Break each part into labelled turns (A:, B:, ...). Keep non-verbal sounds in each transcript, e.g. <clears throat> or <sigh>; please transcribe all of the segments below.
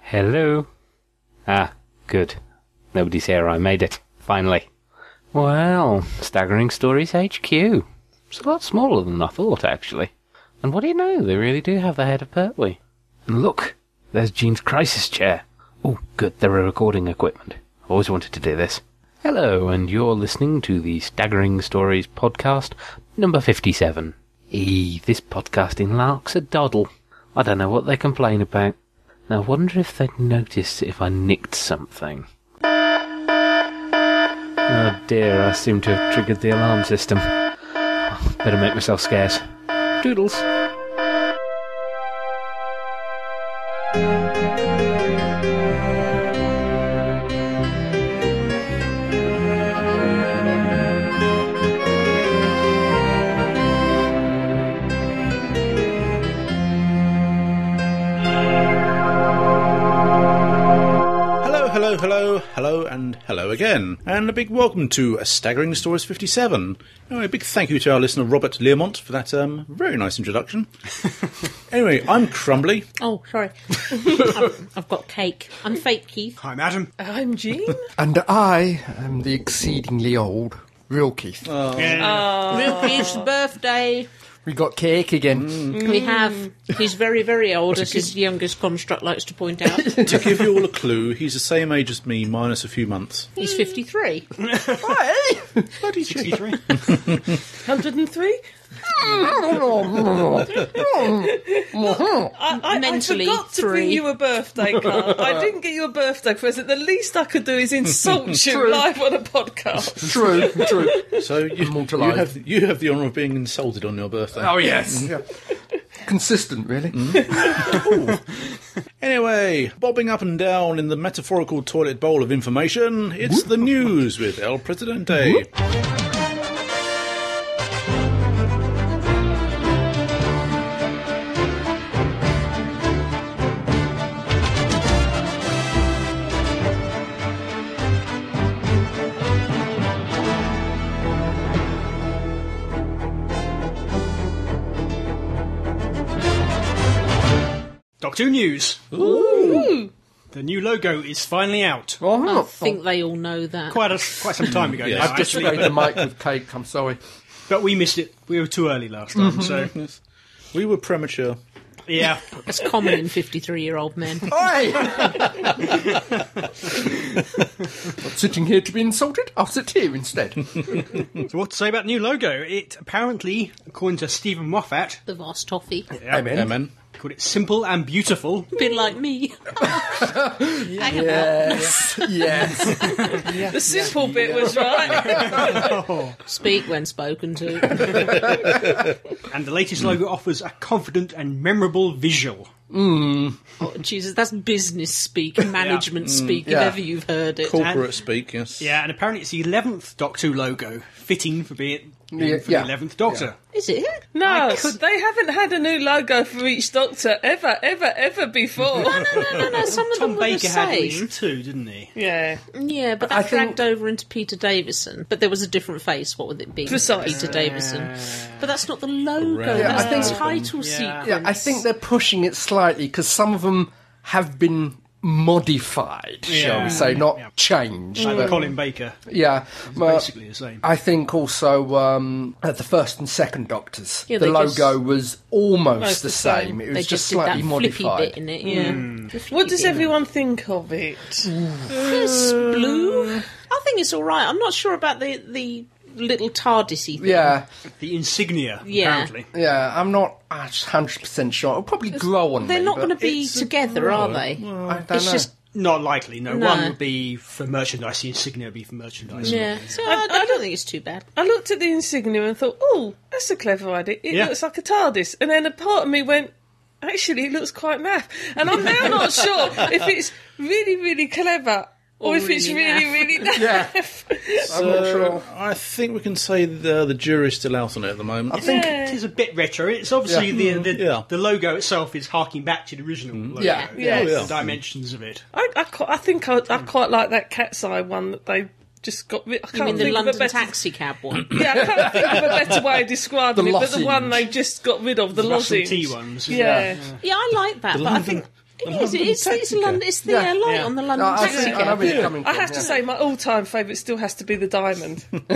A: Hello? Ah, good. Nobody's here. I made it. Finally. Well, Staggering Stories HQ. It's a lot smaller than I thought, actually. And what do you know? They really do have the head of Pertwee. And look, there's Jean's crisis chair. Oh, good, there are recording equipment. Always wanted to do this. Hello, and you're listening to the Staggering Stories podcast, number 57. Eee, this podcasting lark's a doddle. I don't know what they complain about. Now, I wonder if they'd notice if I nicked something. Oh dear, I seem to have triggered the alarm system. <laughs> Better make myself scarce. Doodles!
B: Hello, hello, hello, hello, and hello again. And a big welcome to A Staggering Stories 57. Anyway, a big thank you to our listener, Robert Learmont, for that um, very nice introduction. anyway, I'm Crumbly.
C: Oh, <laughs> sorry. I've, I've got cake. I'm fake Keith.
D: I'm Adam.
C: I'm Jean.
E: And I am the exceedingly old real Keith.
C: Oh. Real Keith's birthday.
E: we got cake again.
C: Mm. We have. He's very, very old, as his youngest construct likes to point <laughs> out.
B: to give you all a clue, he's the same age as me, minus a few months.
C: He's 53.
D: Bloody
C: <laughs>
D: 63.
F: 103?
C: Oh, I, Mentally
F: I forgot to
C: three.
F: bring you a birthday card. I didn't get you a birthday present. The least I could do is
E: <laughs>
F: insult you
E: True.
F: live on a podcast.
E: <laughs> True, true.
B: So you,
E: all
B: you,
E: alive.
B: have, you have the honour of being insulted on your birthday.
F: Oh,
D: Oh,
B: <laughs>
E: yes. Consistent, really.
B: Mm-hmm. <laughs> Anyway, bobbing up and down in the metaphorical toilet bowl of information, it's the news with El Presidente.
D: Doctor Who News. Ooh. The new logo is finally out.
E: Oh,
C: I think they all know that.
D: Quite a, quite some time ago.
B: Yes.
D: now,
B: I've
E: Just
D: actually.
E: made the mic with cake, I'm sorry.
D: But we missed it. We were too early last time.
E: <laughs>
D: So
B: We were premature.
D: yeah,
C: That's common in 53 year old men.
E: Oi!
C: <laughs>
E: Not sitting <laughs> here to be insulted, I'll sit here
D: <laughs>
E: instead.
D: so what to say about the new logo? It apparently, according to Stephen Moffat,
C: The vast toffee.
E: Amen.
B: Amen.
D: called it simple and beautiful.
C: A bit like me. I have
E: Yes, yes.
F: The simple bit was right.
C: <laughs> Speak when spoken to.
D: <laughs> And the latest logo offers a confident and memorable visual.
C: Oh, Jesus, that's business speak, management speak,
E: Yeah.
C: if ever you've heard it.
B: Corporate speak, yes.
D: Yeah, and apparently it's the eleventh Doctor Who logo, fitting for being, being for
E: yeah.
D: the eleventh Doctor.
C: <laughs> Is it?
F: No,
D: could-
F: they haven't had a new logo for each doctor ever, ever, ever before.
C: No, no, no, no. Some of them
D: Tom
C: were
D: Baker
C: the
D: had at
C: same.
D: least two, didn't he?
F: yeah.
C: Yeah, but
E: I
C: that
E: think-
C: dragged over into Peter Davison. But there was a different face. What would it be?
F: Precisely.
C: Peter Davison. But that's not the logo.
B: Correct.
C: That's
E: Yeah, I
C: the
E: think-
C: title
D: Yeah.
C: sequence.
E: Yeah, I think they're pushing it slightly because some of them have been modified, shall
D: Yeah.
E: we say, not
D: Yeah.
E: changed.
D: Like
E: but-
D: Colin Baker.
E: Yeah, but
D: basically the same.
E: I think also um, at the first and second Doctors,
C: Yeah,
E: the
C: they just-
E: logo was almost
C: Both
E: the same. It was
C: they
E: just,
C: did
E: slightly
C: that flippy
E: modified. Mm.
C: bit in it. Yeah.
D: Mm.
C: The flippy
F: What does
C: bit.
F: everyone think of it?
C: Yes, blue. I think it's all right. I'm not sure about the the little TARDISy thing.
E: Yeah,
D: The insignia,
C: Yeah.
D: apparently.
E: yeah. I'm not hundred percent sure. It'll probably grow on
C: They're
E: me.
C: not going to
E: to
C: be together, are they?
E: I don't
C: it's
E: know.
C: just
D: Not likely, no.
C: No.
D: One would be for merchandise, the insignia would be for merchandise.
C: yeah. So I, I don't think it's too bad.
F: I looked at the insignia and thought, oh, that's a clever idea. It
D: Yeah.
F: looks like a TARDIS. And then a part of me went, actually, it looks quite naff. And I'm now not sure if it's really, really clever or,
C: Or
F: if it's
C: really
F: really,
C: naff. <laughs>
F: really naff.
E: yeah. I'm not sure.
B: I think we can say the, the jury's still out on it at the moment.
E: I think
D: It is a bit retro. It's obviously the the,
B: Yeah. Mm.
D: the logo itself is harking back to the original logo.
E: Yeah.
F: Yeah.
B: Yeah.
D: The dimensions of it.
F: I, I, qui- I think I, I quite like that cat's eye one that they just got rid I
C: I
F: can't
C: mean, the
F: think of a
C: London
F: better,
C: taxi cab one.
F: Yeah, I can't think of a better way of describing
E: The
F: it, but the
E: lozenge.
F: one they just got rid of, the
D: Russell
F: lozenge.
D: T ones.
F: Yeah.
C: Yeah, I like that, but I think It is.
B: <laughs>
C: It's, it's, Lon- it's the
E: Yeah.
C: uh, light
D: Yeah.
C: on the
E: No,
C: London
E: I,
C: taxi
E: see, I know
C: cab.
E: where you're coming
F: I
E: from.
F: have to
E: yeah.
F: say, my all-time favourite still has to be the diamond.
E: <laughs>
C: <laughs>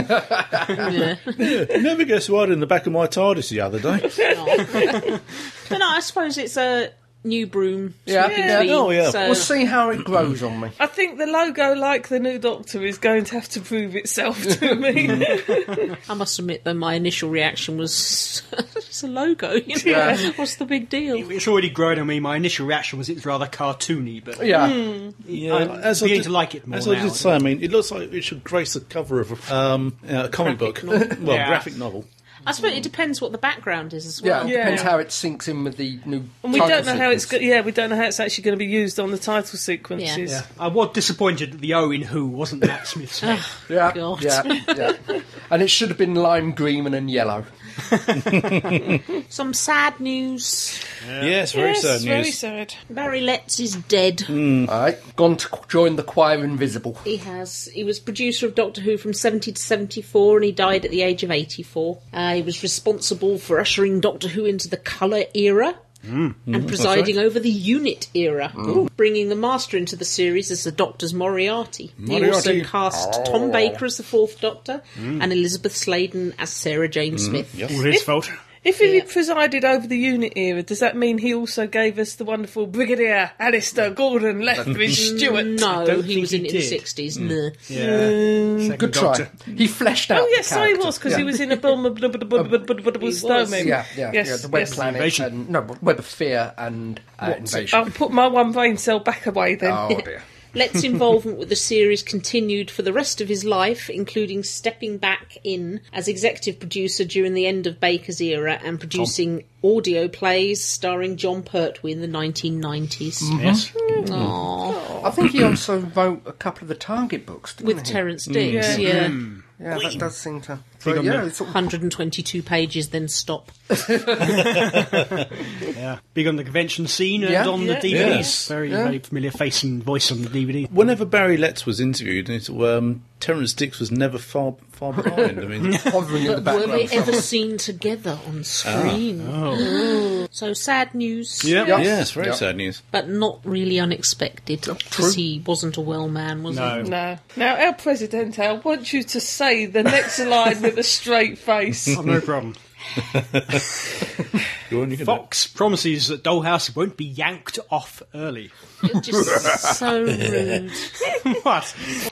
D: <laughs>
B: Never guess who I had in the back of my TARDIS the other day.
C: But no, I suppose it's a new broom.
E: Yeah.
C: sweeping
E: Yeah.
C: clean,
B: Oh, yeah.
C: So
E: We'll see how it grows on me.
F: I think the logo, like the new Doctor, is going to have to prove
E: <laughs>
F: itself to me.
C: <laughs> I must admit, though, my initial reaction was <laughs> it's a logo. You know?
E: Yeah.
C: Oh, <laughs> What's the big deal?
D: It's already grown on me. My initial reaction was it's rather cartoony, but
E: Yeah.
C: Hmm.
B: Yeah,
D: I'm
B: as I
D: beginning
B: did-
D: to like it more
B: As
D: now.
B: I did say, I mean, it looks like it should grace the cover of um, uh, a comic book, well,
D: Yeah.
B: graphic novel.
C: I suppose it depends what the background is as
E: Yeah,
C: well.
E: it
F: Yeah.
E: depends how it sinks in with the new.
F: and we
E: title
F: don't know how it's.
E: sequence.
F: Go- yeah, we don't know how it's actually going to be used on the title sequences.
C: Yeah.
D: I was disappointed that the O in Who wasn't
F: <laughs>
D: Matt Smith's name.
E: Yeah,
C: God.
E: yeah, yeah. and it should have been lime green and then yellow.
C: Some sad news.
B: Yes, very
F: yes,
B: sad
F: very
B: news.
F: sad.
C: Barry Letts is dead.
D: Hmm.
E: All right, gone to qu- join the choir invisible.
C: He has. He was producer of Doctor Who from 70 to 74, and he died at the age of 84. Uh, he was responsible for ushering Doctor Who into the colour era.
E: Mm.
G: Mm,
C: And presiding over the unit era, bringing the Master into the series as the Doctor's Moriarty. He also
B: Moriarty.
C: cast Tom Baker as the Fourth Doctor and Elizabeth Sladen as Sarah Jane
B: Mm-hmm.
D: Mm-hmm.
C: Smith.
D: All his fault.
F: If he presided over the unit era, does that mean he also gave us the wonderful Brigadier Alistair Gordon Lethbridge Stewart?
C: No,
D: don't
C: he
D: think
C: was
D: he
C: in it in the
D: did.
C: 60s. No.
D: Yeah.
E: Good try. He fleshed out.
F: Oh, yes,
E: the
F: so he
E: character.
F: was because
E: yeah.
F: he was in a
C: Um,
F: Abominable Snowman.
E: Yeah, yeah,
F: Yes,
E: yeah. The web
F: yes.
E: planet <laughs>
D: Invasion.
E: and no but web of fear and uh, invasion.
F: I'll put my one brain cell back away then.
E: Oh dear.
F: <laughs>
C: Let's involvement with the series continued for the rest of his life, including stepping back in as executive producer during the end of Baker's era and producing audio plays starring John Pertwee in the Mm-hmm. 1990s.
D: Yes.
C: Aww.
E: I think he also wrote a couple of the Target books didn't
C: With
E: he?
C: Terence Dix,
F: Yeah.
C: Mm. yeah. Mm.
E: Yeah, that does seem to.
D: Big
E: But
D: on
E: yeah,
D: the-
C: <laughs>
E: it's sort of-
C: 122 pages, then
E: <laughs>
C: stop.
D: Yeah. Big on the convention scene
E: Yeah.
D: and on
F: Yeah.
D: the DVDs.
B: Yes.
D: Very,
E: Yeah.
D: very familiar face and voice on the DVD.
B: Whenever Barry Letts was interviewed, it, um, Terence Dix was never far far behind. I mean,
E: hovering in the
C: Were
E: background.
C: they ever
E: somewhere.
C: seen together on screen? So sad news,
D: Yeah.
E: Yeah.
B: Ah. Oh. yes, very
E: Yeah.
B: sad news.
C: but not really unexpected because he wasn't a well man, was he?
D: No.
F: No. Now, El Presidente, I want you to say the next line with a straight face.
D: Oh, <laughs> no
B: <laughs>
D: problem.
B: Go on, you can do it.
D: Fox promises that Dollhouse won't be yanked off early. <laughs>
C: Just so rude.
D: what?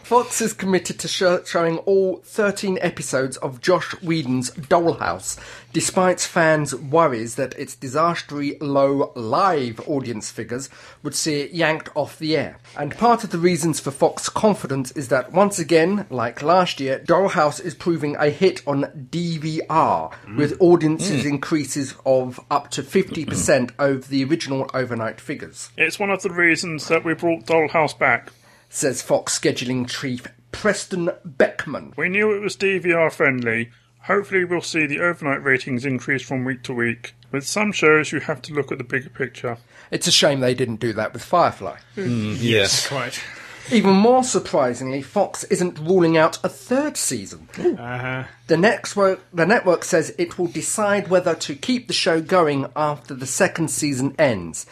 E: Fox is committed to show, showing all 13 episodes of Josh Whedon's Dollhouse, despite fans' worries that its disastrously low live audience figures would see it yanked off the air. And part of the reasons for Fox's confidence is that once again, like last year, Dollhouse is proving a hit on DVR, with audiences increases of up to 50% over the original overnight figures.
H: It's one of the reasons that we brought Dollhouse back.
E: says Fox scheduling chief Preston Beckman.
H: We knew it was DVR friendly. Hopefully, we'll see the overnight ratings increase from week to week. With some shows, you have to look at the bigger picture.
E: It's a shame they didn't do that with Firefly.
B: Yes,
D: Quite.
E: Even more surprisingly, Fox isn't ruling out a third season. The next wo- the network says it will decide whether to keep the show going after the second season ends.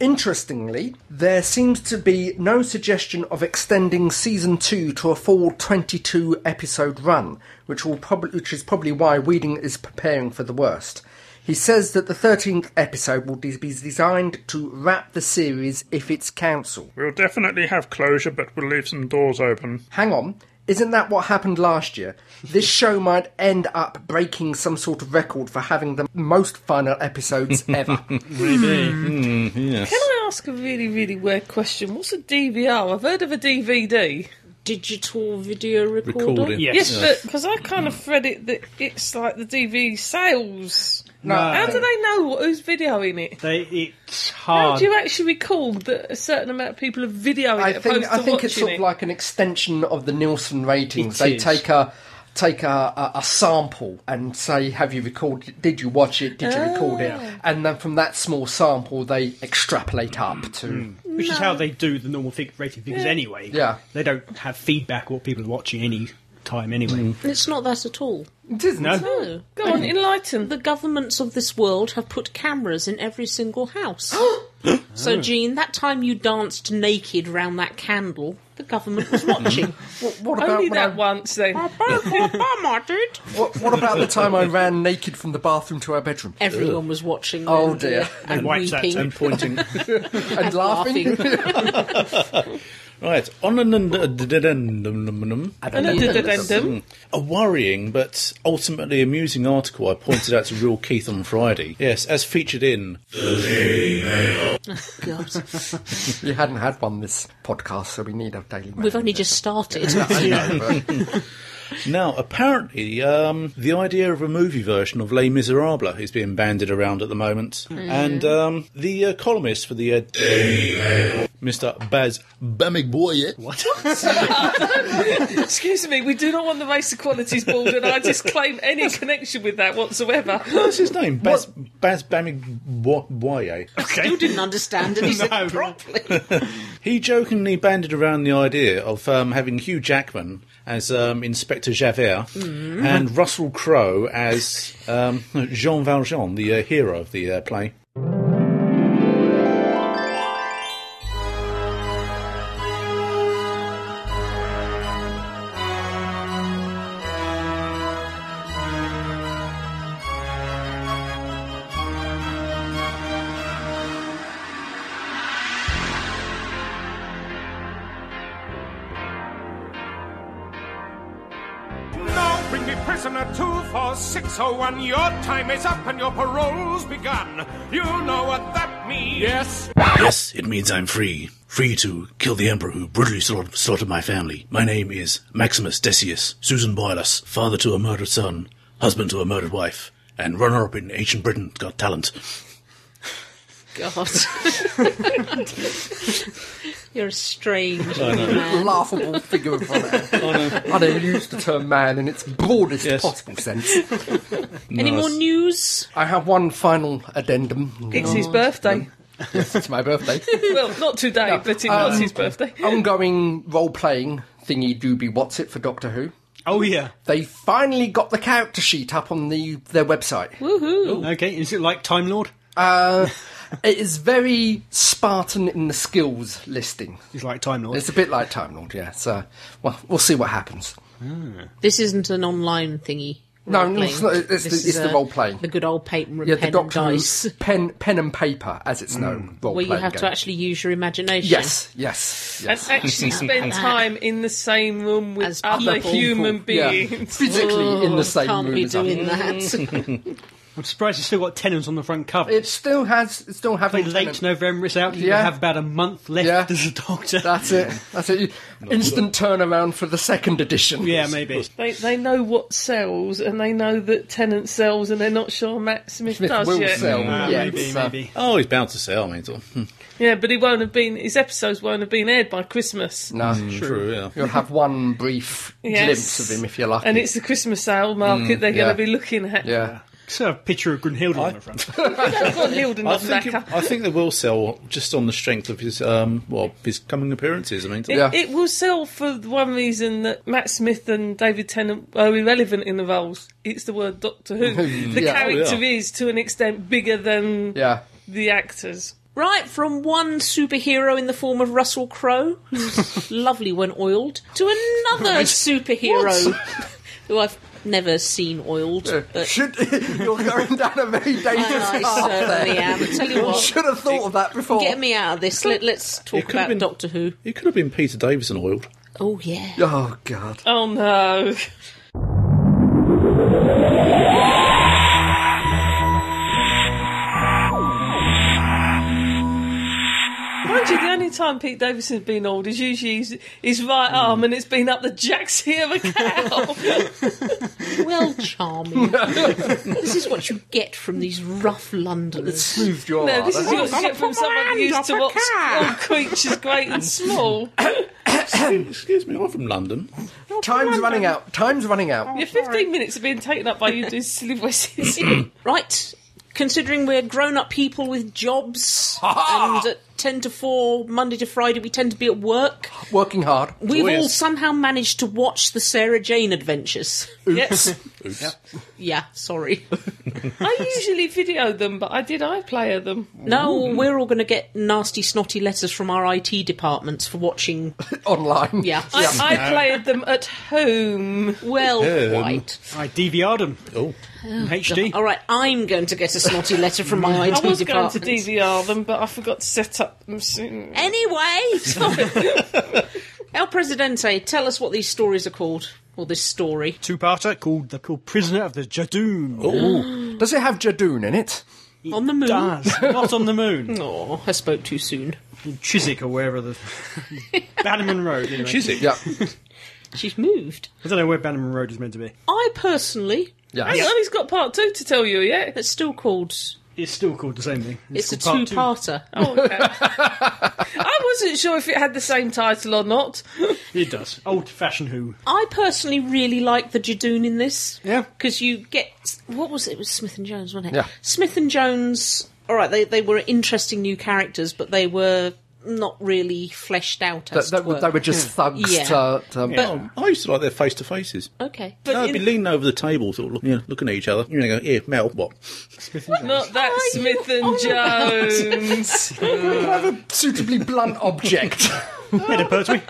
E: Interestingly, there seems to be no suggestion of extending season two to a full 22 episode run, which will probably which is probably why Weeding is preparing for the worst. He says that the 13th episode will de- be designed to wrap the series if it's cancelled.
H: We'll definitely have closure, but we'll leave some doors open.
E: Hang on, isn't that what happened last year? This show might end up breaking some sort of record for having the most final
H: <laughs>
E: episodes ever.
F: Can I ask a really, really weird question? What's a DVR? I've heard of a DVD.
C: digital video recorder.
B: recording.
D: Yes.
F: Yes, but because I kind of read it that it's like the DVD sales.
E: no,
F: How do they know what, who's videoing it?
D: They, it's
F: How
D: hard.
F: do you actually recall that a certain amount of people are videoing
E: I
F: it
E: think
F: opposed to
E: I think it's
F: watching
E: sort
F: it?
E: of like an extension of the Nielsen ratings.
D: It
E: they
D: is.
E: take a take a, a, a sample and say, "Have you recorded? Did you watch it? Did you record it?" And then from that small sample, they extrapolate up to.
D: Which is how they do the normal fig- rated figures anyway.
E: Yeah.
D: They don't have feedback what people are watching any time anyway.
E: Mm.
C: It's not that at all.
E: It isn't.
D: No?
C: No.
F: Go on, enlighten.
E: <gasps> Oh.
C: The governments of this world have put cameras in every single house. <gasps> So, Jean, that time you danced naked round that candle, the government was
E: <laughs>
C: watching. Oh,
E: What, what about
F: Only
E: when I-
F: that once, though.
C: Obama did.
E: What, what about the
C: <laughs>
E: time I ran naked from the bathroom to our bedroom
C: Everyone was watching.
E: Oh,
C: then,
E: dear.
D: And
C: and
D: wipes that
C: weeping,
B: and pointing.
E: <laughs> and laughing? <laughs>
C: laughing.
B: right, on an addendum.
F: Addendum.
B: A worrying but ultimately amusing article I pointed out to Real Keith on Friday. Yes, as featured in.
C: God,
E: <laughs> You hadn't had one this podcast, so we need a daily.
C: we've
E: mail.
C: only just
E: <laughs>
C: started.
B: <laughs> Now, apparently, um, the idea of a movie version of Les Miserables is being banded around at the moment. And um, the uh, columnist for the. Uh, Mr. Baz Bamigboye. What?
F: <laughs> Excuse me, we do not want the Race Equalities Board, and I disclaim any connection with that whatsoever.
B: What's his name? Baz, Baz Bamigboye.
C: Still didn't <laughs> understand, and he said it properly.
B: He jokingly banded around the idea of um, having Hugh Jackman as um, Inspector Javert and Russell Crowe as um, <laughs> Jean Valjean, the uh, hero of the uh, play.
I: Now bring me prisoner two for 601. Your time is up and your parole's begun. You know what that means. Yes.
B: Yes, it means I'm free. Free to kill the emperor who brutally slaughtered, slaughtered my family. My name is Maximus Decius, Susan Boylas, father to a murdered son, husband to a murdered wife, and runner up in ancient Britain got talent.
E: <laughs>
C: God, <laughs> you're a strange man.
E: laughable figure of honor. I know you use the term man in its broadest
F: <laughs>
E: possible sense.
C: Any more news?
E: I have one final addendum.
F: It's his
E: <laughs>
F: birthday.
E: It's my birthday.
F: <laughs> Well, not today, but it
E: Um,
F: was his birthday. <laughs>
E: Ongoing role playing thingy doobie what's it for Doctor Who.
D: Oh yeah.
E: They finally got the character sheet up on the their website.
D: Okay. Is it like Time Lord?
E: Uh, <laughs> it is very Spartan in the skills listing.
D: It's like Time Lord.
E: It's a bit like Time Lord, yeah. So, well, we'll see what happens.
C: This isn't an online thingy.
E: No,
C: role-playing.
E: it's not- it's
C: This
E: the-
C: is
E: it's the
C: a-
E: role-playing.
C: The good old paper and
E: Yeah,
C: pen
E: the Doctor
C: and
E: Who
C: dice.
E: pen pen and paper, as it's known.
D: Mm.
E: Role
C: Where you
E: playing
C: have
E: game.
C: to actually use your imagination.
E: Yes, yes,
F: And
E: yes.
D: <laughs>
F: actually spend time in the same room with
C: As
F: other
C: people. Oh,
F: human
E: Yeah.
F: beings.
E: Physically in the same
C: Can't
E: room
C: be
E: as us. Mm.
C: doing that.
D: <laughs> I'm surprised it's still got tenants on the front cover.
E: It still has, it's still
D: By
E: having.
D: late
E: tenant-
D: November, it's out. You
E: Yeah.
D: have about a month left
E: Yeah.
D: as a doctor.
E: That's it. That's it. You- Instant turnaround for the second edition.
D: yeah, maybe.
F: They, they know what sells, and they know that Tennant sells, and they're not sure Matt Smith,
E: Smith
F: does
E: will
F: yet. Mm.
E: sell.
D: Ah,
E: yeah,
D: maybe,
E: it's, uh,
D: maybe.
B: Oh, he's bound to sell, I mean, it's all- <laughs>
F: Yeah, but he won't have been. His episodes won't have been aired by Christmas.
E: No,
B: Hmm, Mm, true, yeah.
E: you'll have one brief
F: Yes.
E: glimpse of him if you're lucky. Mm,
F: And it's the Christmas sale market they're
E: yeah.
F: going to be looking at. <laughs>
E: yeah.
D: So a picture of Brunhilde on
C: <laughs>
D: the front.
F: They've got Hilda
B: I
F: not
B: think, it-
F: back up.
B: I think they will sell just on the strength of his um well his coming appearances. I mean,
F: It,
E: Yeah.
F: it will sell for the one reason that Matt Smith and David Tennant are irrelevant in the roles. It's the word Doctor
E: <laughs>
F: Who. The
E: Yeah.
F: character
B: Oh, yeah.
F: is, to an extent, bigger than
E: Yeah.
F: the actors.
C: right, from one superhero in the form of Russell
E: <laughs>
C: Crowe, who's lovely when oiled, to another superhero <laughs> who I've never seen oiled. But
E: Should, <laughs> you're going down a
C: <laughs>
E: very
C: I,
E: dangerous
C: I
E: path
C: certainly
E: there.
C: am. I tell you
E: <coughs>
C: what,
E: <laughs> Should have thought of that before.
C: get me out of this. Let, let's
B: It
C: talk
B: could have
C: about
B: been-
C: Doctor Who.
B: it could have been Peter Davison oiled.
C: Oh, yeah.
E: Oh God!
F: Oh no. Mind you, the only time Pete Davidson's been old is usually his, his
C: Hmm.
F: right arm and it's been up the jacksie <laughs> of a cow.
C: Well,
E: <laughs>
C: charming. this is what you get from these rough Londoners.
E: Moved your
F: no, this
E: arm.
F: is what you get from someone who used to watch old creatures great
C: <laughs>
F: and small.
C: Oh,
B: Excuse me, I'm from London.
E: Time's running out. Time's running out.
F: Your 15 minutes are being taken up by you doing silly
C: <laughs>
F: voices.
C: Right. Considering we're grown up people with jobs and at ten to four, Monday to Friday. We tend to be at work.
E: Working hard.
C: We've
B: Oh, yes.
C: all somehow managed to watch the Sarah Jane Adventures.
E: <laughs>
F: Yes.
B: Oops.
C: yeah, sorry.
F: I usually video them, but I did iPlayer them.
C: No, we're all going to get nasty, snotty letters from our IT departments for watching.
E: Online.
C: Yeah.
F: I, I played them at home.
C: Well,
B: Um,
C: quite.
D: I DVR'd them.
B: Oh.
D: in HD.
C: All right, I'm going to get a snotty
E: <laughs>
C: letter from my IT
F: <laughs> I was going
C: department.
F: to DVR them, but I forgot to set up them soon.
C: Anyway, sorry. <laughs> El Presidente, tell us what these stories are called, or this story.
D: Two-parter called the called Prisoner of the Jadoon.
E: Ooh. Oh. Does it have Jadoon in it?
C: On the moon.
D: Does not on the
C: <laughs>
D: moon.
C: Oh, I spoke too soon.
D: In Chiswick or
C: <laughs>
D: wherever the Bannerman Road. Anyway.
B: Chiswick.
E: Yeah.
C: She's moved.
D: I don't know where Bannerman Road is meant to be.
C: I personally,
E: Yeah.
F: Hang on, he's got part two to tell you yet.
C: it's still called.
D: It's still called the same thing.
C: It's, a
D: called
C: two-parter.
D: Part
F: <laughs> Oh,
E: <laughs>
F: okay. I wasn't sure if it had the same title or not.
D: Two. It does. Old-fashioned Who.
C: I personally really like the Jadoon in this.
D: Yeah.
C: Because you get what was it? It was Smith and Jones, wasn't it?
E: Yeah.
C: Smith and Jones. All right, they they were interesting new characters, but they were not really fleshed out
E: That,
C: as
E: that,
C: it were.
E: they were just thugs
C: Yeah.
E: to. to
B: Oh, I used to like their face to faces.
C: okay, but
B: No, I'd
C: in-
B: be leaning over the table, sort of looking, you know, looking at each other. You know, go, here, Mel, what?
F: Not that
C: are you
F: Smith and Jones.
E: <laughs> Rather suitably blunt object.
D: <laughs> Head of Pertwee.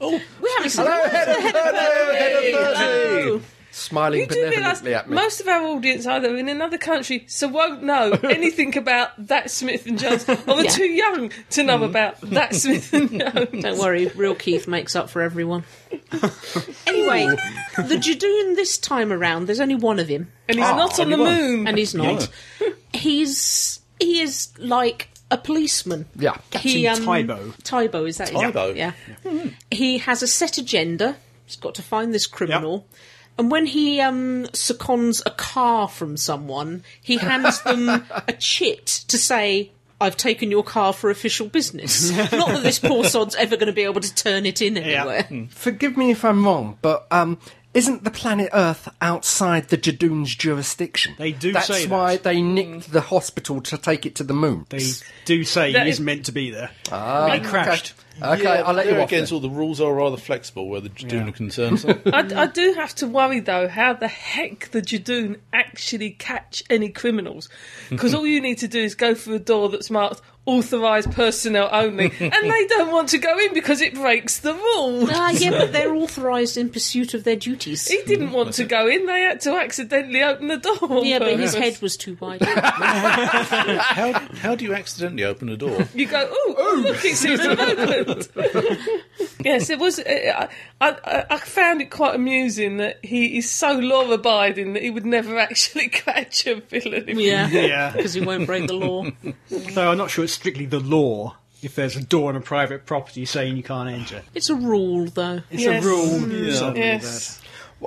C: we're having some.
E: <laughs> Hello, head of Pertwee, head of Pertwee.
C: Hello.
E: Smiling
F: You do realise
E: benevolently at me.
F: most of our audience are either in another country, so won't
E: <laughs>
F: know anything about that Smith and Jones, or they're
C: Yeah.
F: too young to
E: Mm-hmm.
F: know about that Smith
E: <laughs>
F: and Jones.
C: Don't worry, real Keith makes up
F: <laughs>
C: for everyone. anyway, the Jadoon this time around, there's only one of him,
F: And he's
E: Ah,
F: not on the moon.
C: and he's not. He's he is like a policeman.
E: Yeah.
C: he um,
D: Captain Tybo.
C: Tybo is that his name?
B: Tybo.
C: Yeah. He has a set agenda. He's got to find this criminal. And when he um, seconds a car from someone, he hands them
D: <laughs>
C: a chit to say, "I've taken your car for official business." Not that this poor sod's ever going to be able to turn it in anywhere.
E: Forgive me if I'm wrong, but um, isn't the planet Earth outside the Jadoon's jurisdiction?
D: They do
E: That's
D: say that.
E: why they
F: Mm.
E: nicked the hospital to take it to the moon.
D: They do say
F: That
D: he
F: is-
D: is meant to be there. Ah, he crashed.
E: Okay, I'll let you
B: There
E: off.
B: again,
E: then.
B: sort of the rules are rather flexible where the Jadoon are concerned. so-
F: I, I do have to worry though how the heck the Jadoon actually catch any criminals because all you need to do is go through a door that's marked authorised personnel only and they don't want to go in because it breaks the rule.
C: Ah,
F: <laughs>
C: yeah, but they're authorised in pursuit of their duties.
F: He didn't want to go in, they had to accidentally open the door. on
C: Yeah, but his
F: <laughs> purpose.
C: head was too wide.
B: <laughs> how, how do you accidentally open a door?
E: <laughs>
F: You go, oh, look, it seems
C: <laughs>
F: to have opened. <laughs> yes, it was. Uh, I, I, I found it quite amusing that he is so law abiding that he would never <laughs> actually catch a villain. if-
C: yeah, <laughs>
D: <laughs> Yeah.
C: because he won't break the
D: <laughs>
C: law.
D: Though I'm not sure it's strictly the law. If there's a door on a private property saying you can't enter,
C: It's a rule, though.
D: it's
F: Yes.
D: a rule.
B: Yeah.
D: Something like that.
F: Yes.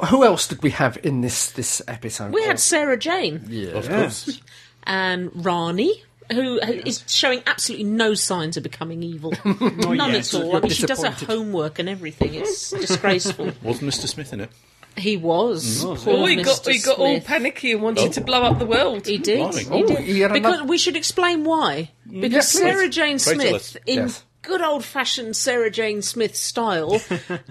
E: Who else did we have in this this episode?
C: We had Sarah Jane.
B: Of course.
C: <laughs> and Rani, who who is showing absolutely no signs of
F: <laughs>
C: becoming evil. None at
D: yet.
C: all. I mean, she does her homework and
F: <laughs>
C: everything. It's disgraceful.
B: Was Mr. Smith in it?
C: He was. Poor
F: Oh, he got,
C: Mr.
F: he got all
C: Smith. Oh.
F: panicky and wanted to blow up the world.
C: He did.
B: Blimey.
C: He
E: Oh,
C: did.
E: he had
C: because
E: another-
C: we should explain why. Because
E: yes, please.
C: Sarah Jane
B: Credulous.
C: Smith, in
E: Yes.
C: good old fashioned Sarah Jane
F: <laughs>
C: Smith style,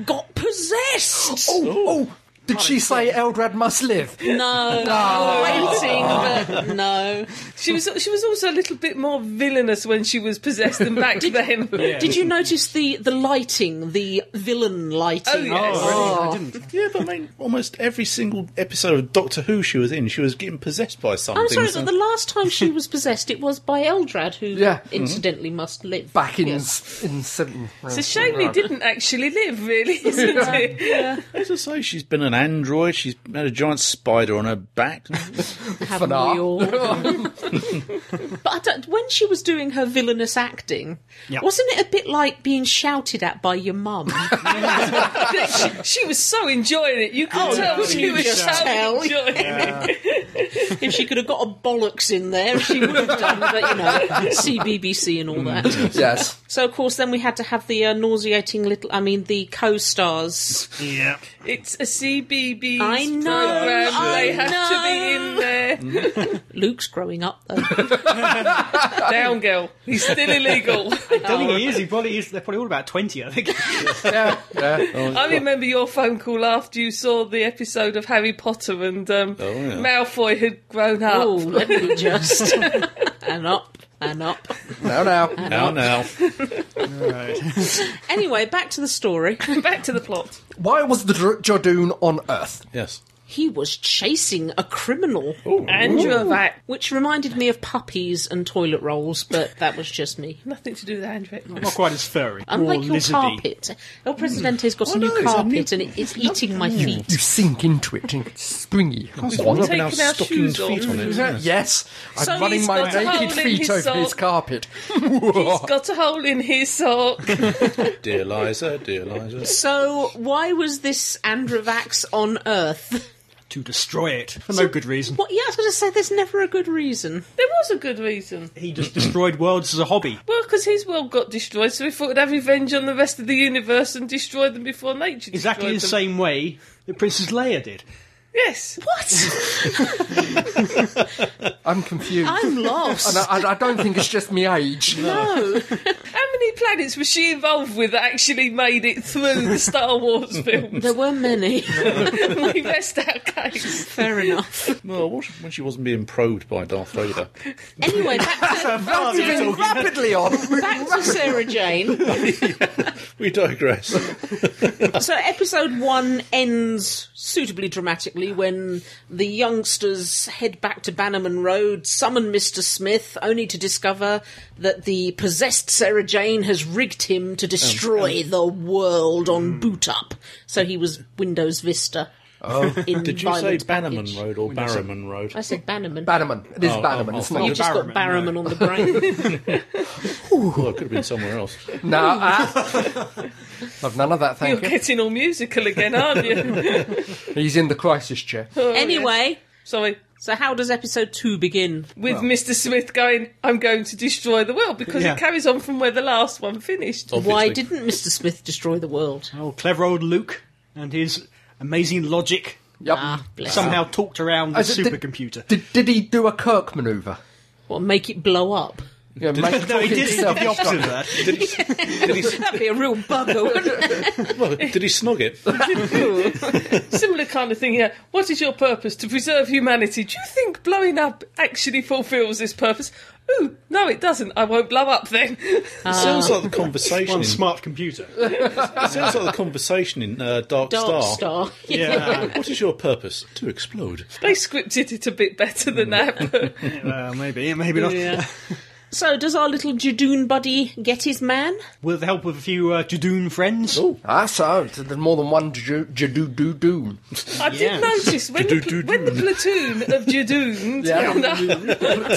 C: got possessed.
E: Oh, oh, did she say Eldrad must live?
C: No, I was waiting, but <laughs> no.
F: She was she was also a little bit more villainous when she was possessed than back then.
C: Did you notice the the lighting, the villain lighting?
F: Oh, yes.
D: Oh, really? I didn't.
B: Yeah, but I mean, almost every single episode of Doctor Who she was in, she was getting possessed by something.
C: I'm sorry,
B: so-
C: but the last time she was possessed, it was by Eldrad, who
E: Yeah.
C: incidentally must live.
E: Back in
C: Yes.
E: in seven.
F: It's a shame he didn't actually live, really, isn't it?
B: <laughs> As I say, she's been an android. She's had a giant spider on her
C: <laughs>
B: back.
C: Haven't
E: now.
C: we all? but I don't- when she was doing her villainous acting,
D: Yeah.
C: wasn't it a bit like being shouted at by your mum?
F: <laughs> she, she was so enjoying it. You could
C: Oh,
F: tell
C: no,
F: she
C: you
F: was
C: could
F: so
C: tell.
F: enjoying it.
C: <laughs> If she could have got a bollocks in there, she would have done. But you know, <laughs> CBBC and all
F: Mm.
C: that.
E: yes.
C: So of course, then we had to have the uh, nauseating little. I mean, the co-stars.
H: Yeah.
F: It's a CBB
C: I know,
F: program.
C: I
F: they have to be in there.
C: <laughs> Luke's growing up though.
F: Down, girl. He's still
C: <laughs>
D: <laughs>
F: illegal.
D: I don't think he is. He probably is. They're probably all about twenty, I think.
E: Yeah. yeah.
D: Oh,
F: I remember your phone call after you saw the episode of Harry Potter and um,
D: Oh,
B: yeah.
F: Malfoy had grown up.
C: oh,
F: <laughs>
C: let me just and up and up.
E: No, no.
B: Now, now.
C: Anyway, back to the story.
F: <laughs> Back to the plot.
E: Why was the Dr- Jordoon on Earth?
B: Yes.
C: He was chasing a criminal,
F: Andrew Avak.
C: which reminded me of puppies and toilet rolls, but that was just me.
F: Nothing to do with Andrew.
D: Not quite as furry.
C: Unlike
D: More
C: your
D: lizardy. Oh,
C: carpet, El Presidente's got a new
B: no, it's a
C: carpet
B: new-
C: and it, it's eating my feet.
E: You sink into it and it's springy.
B: One of
F: taken
B: our
F: our
B: stockinged
F: shoes off.
B: feet on it. yes.
E: Yes, I'm
F: So
E: running
F: he's
E: my
F: got a
E: naked
F: hole in
E: feet
F: his
E: over
F: sock.
C: <laughs>
E: this carpet.
F: He's
B: <laughs>
F: got a hole in his sock.
D: <laughs>
B: Dear Liza, dear Liza.
C: So, why was this Andravax on Earth?
D: to destroy it for no good reason.
C: What? Yeah, I was going to say there's never a good reason.
F: There was a good reason.
D: He just destroyed worlds as a hobby.
F: Well, because his world got destroyed, so we thought he'd have revenge on the rest of the universe and destroy them before nature
D: Exactly the
F: destroyed them.
D: same way that Princess Leia did.
F: Yes.
D: <laughs>
C: What?
E: <laughs> I'm confused.
C: I'm lost.
E: And I, I- I don't think it's just me age.
F: <laughs>
C: No.
F: How many planets was she involved with that actually made it through the Star
D: <laughs>
F: Wars films?
C: There were many.
F: <laughs> we rest our case.
C: <laughs> Fair enough.
B: Well, what if- when she wasn't being probed by
C: <laughs>
B: Darth Vader?
C: Anyway, back to,
E: Moving rapidly on.
C: back to Sarah Jane.
B: <laughs> We digress.
C: So, episode one ends suitably dramatically when the youngsters head back to Bannerman Road, summon Mr. Smith, only to discover that the possessed Sarah Jane has rigged him to
B: Um,
C: destroy the world on boot up. So, he was Windows Vista. Oh. In
B: Did you say
C: violent
B: Bannerman
C: package.
B: Road or Barrowman Road?
C: I said Bannerman.
E: Bannerman. It is Bannerman.
B: oh,
E: it's
B: oh,
E: not.
C: You've just got Barrowman
D: Barrowman,
C: on the
B: <laughs>
C: brain.
B: Well, it could <laughs> have been somewhere else.
E: No.
F: <laughs>
E: ah. Love none of that,
F: You're
E: thank you.
F: getting all musical again, aren't you? <laughs>
E: He's in the crisis chair.
C: anyway,
F: Sorry.
C: Oh, so how does episode two begin?
F: With Mr. Smith going, I'm going to destroy the world because
D: Yeah.
F: it carries on from where the last one finished.
C: Why
B: Obviously. <laughs>
C: didn't Mr. Smith destroy the world?
D: Oh, clever old Luke and his amazing logic
E: Yep.
C: Ah, bless.
D: somehow talked around the
E: As it did-
D: supercomputer.
E: Uh, Did, did he do a Kirk maneuver?
C: Well, make it blow up.
E: Yeah, make
D: no, he
E: talk
D: did
E: itself
D: the opposite of
C: <laughs>
D: that.
C: That'd be a real bugger, wouldn't
B: Well, did he
C: <laughs>
B: snog it?
F: <laughs> Similar kind of thing here. What is your purpose? To preserve humanity. Do you think blowing up actually fulfills this purpose? Ooh, no, it doesn't. I won't blow up then.
B: It sounds
C: Ah.
B: like the
C: Uh,
B: conversation.
D: One
B: in,
D: smart computer.
B: <laughs> it sounds like the conversation in uh, Dark,
C: Dark Star.
D: Yeah.
B: What is your purpose? To explode.
F: they scripted it a bit better than that. But
D: well, maybe, maybe not.
C: Yeah. <laughs>
D: <laughs>
C: So, does our little Jadoon buddy get his man?
D: With the help of a few uh, Jadoon friends.
E: Ah, so there's more than one Jadoo-doo-doo.
F: I did
D: Yeah.
F: notice when the,
B: Do-do-do-do.
F: when the platoon of Jadoon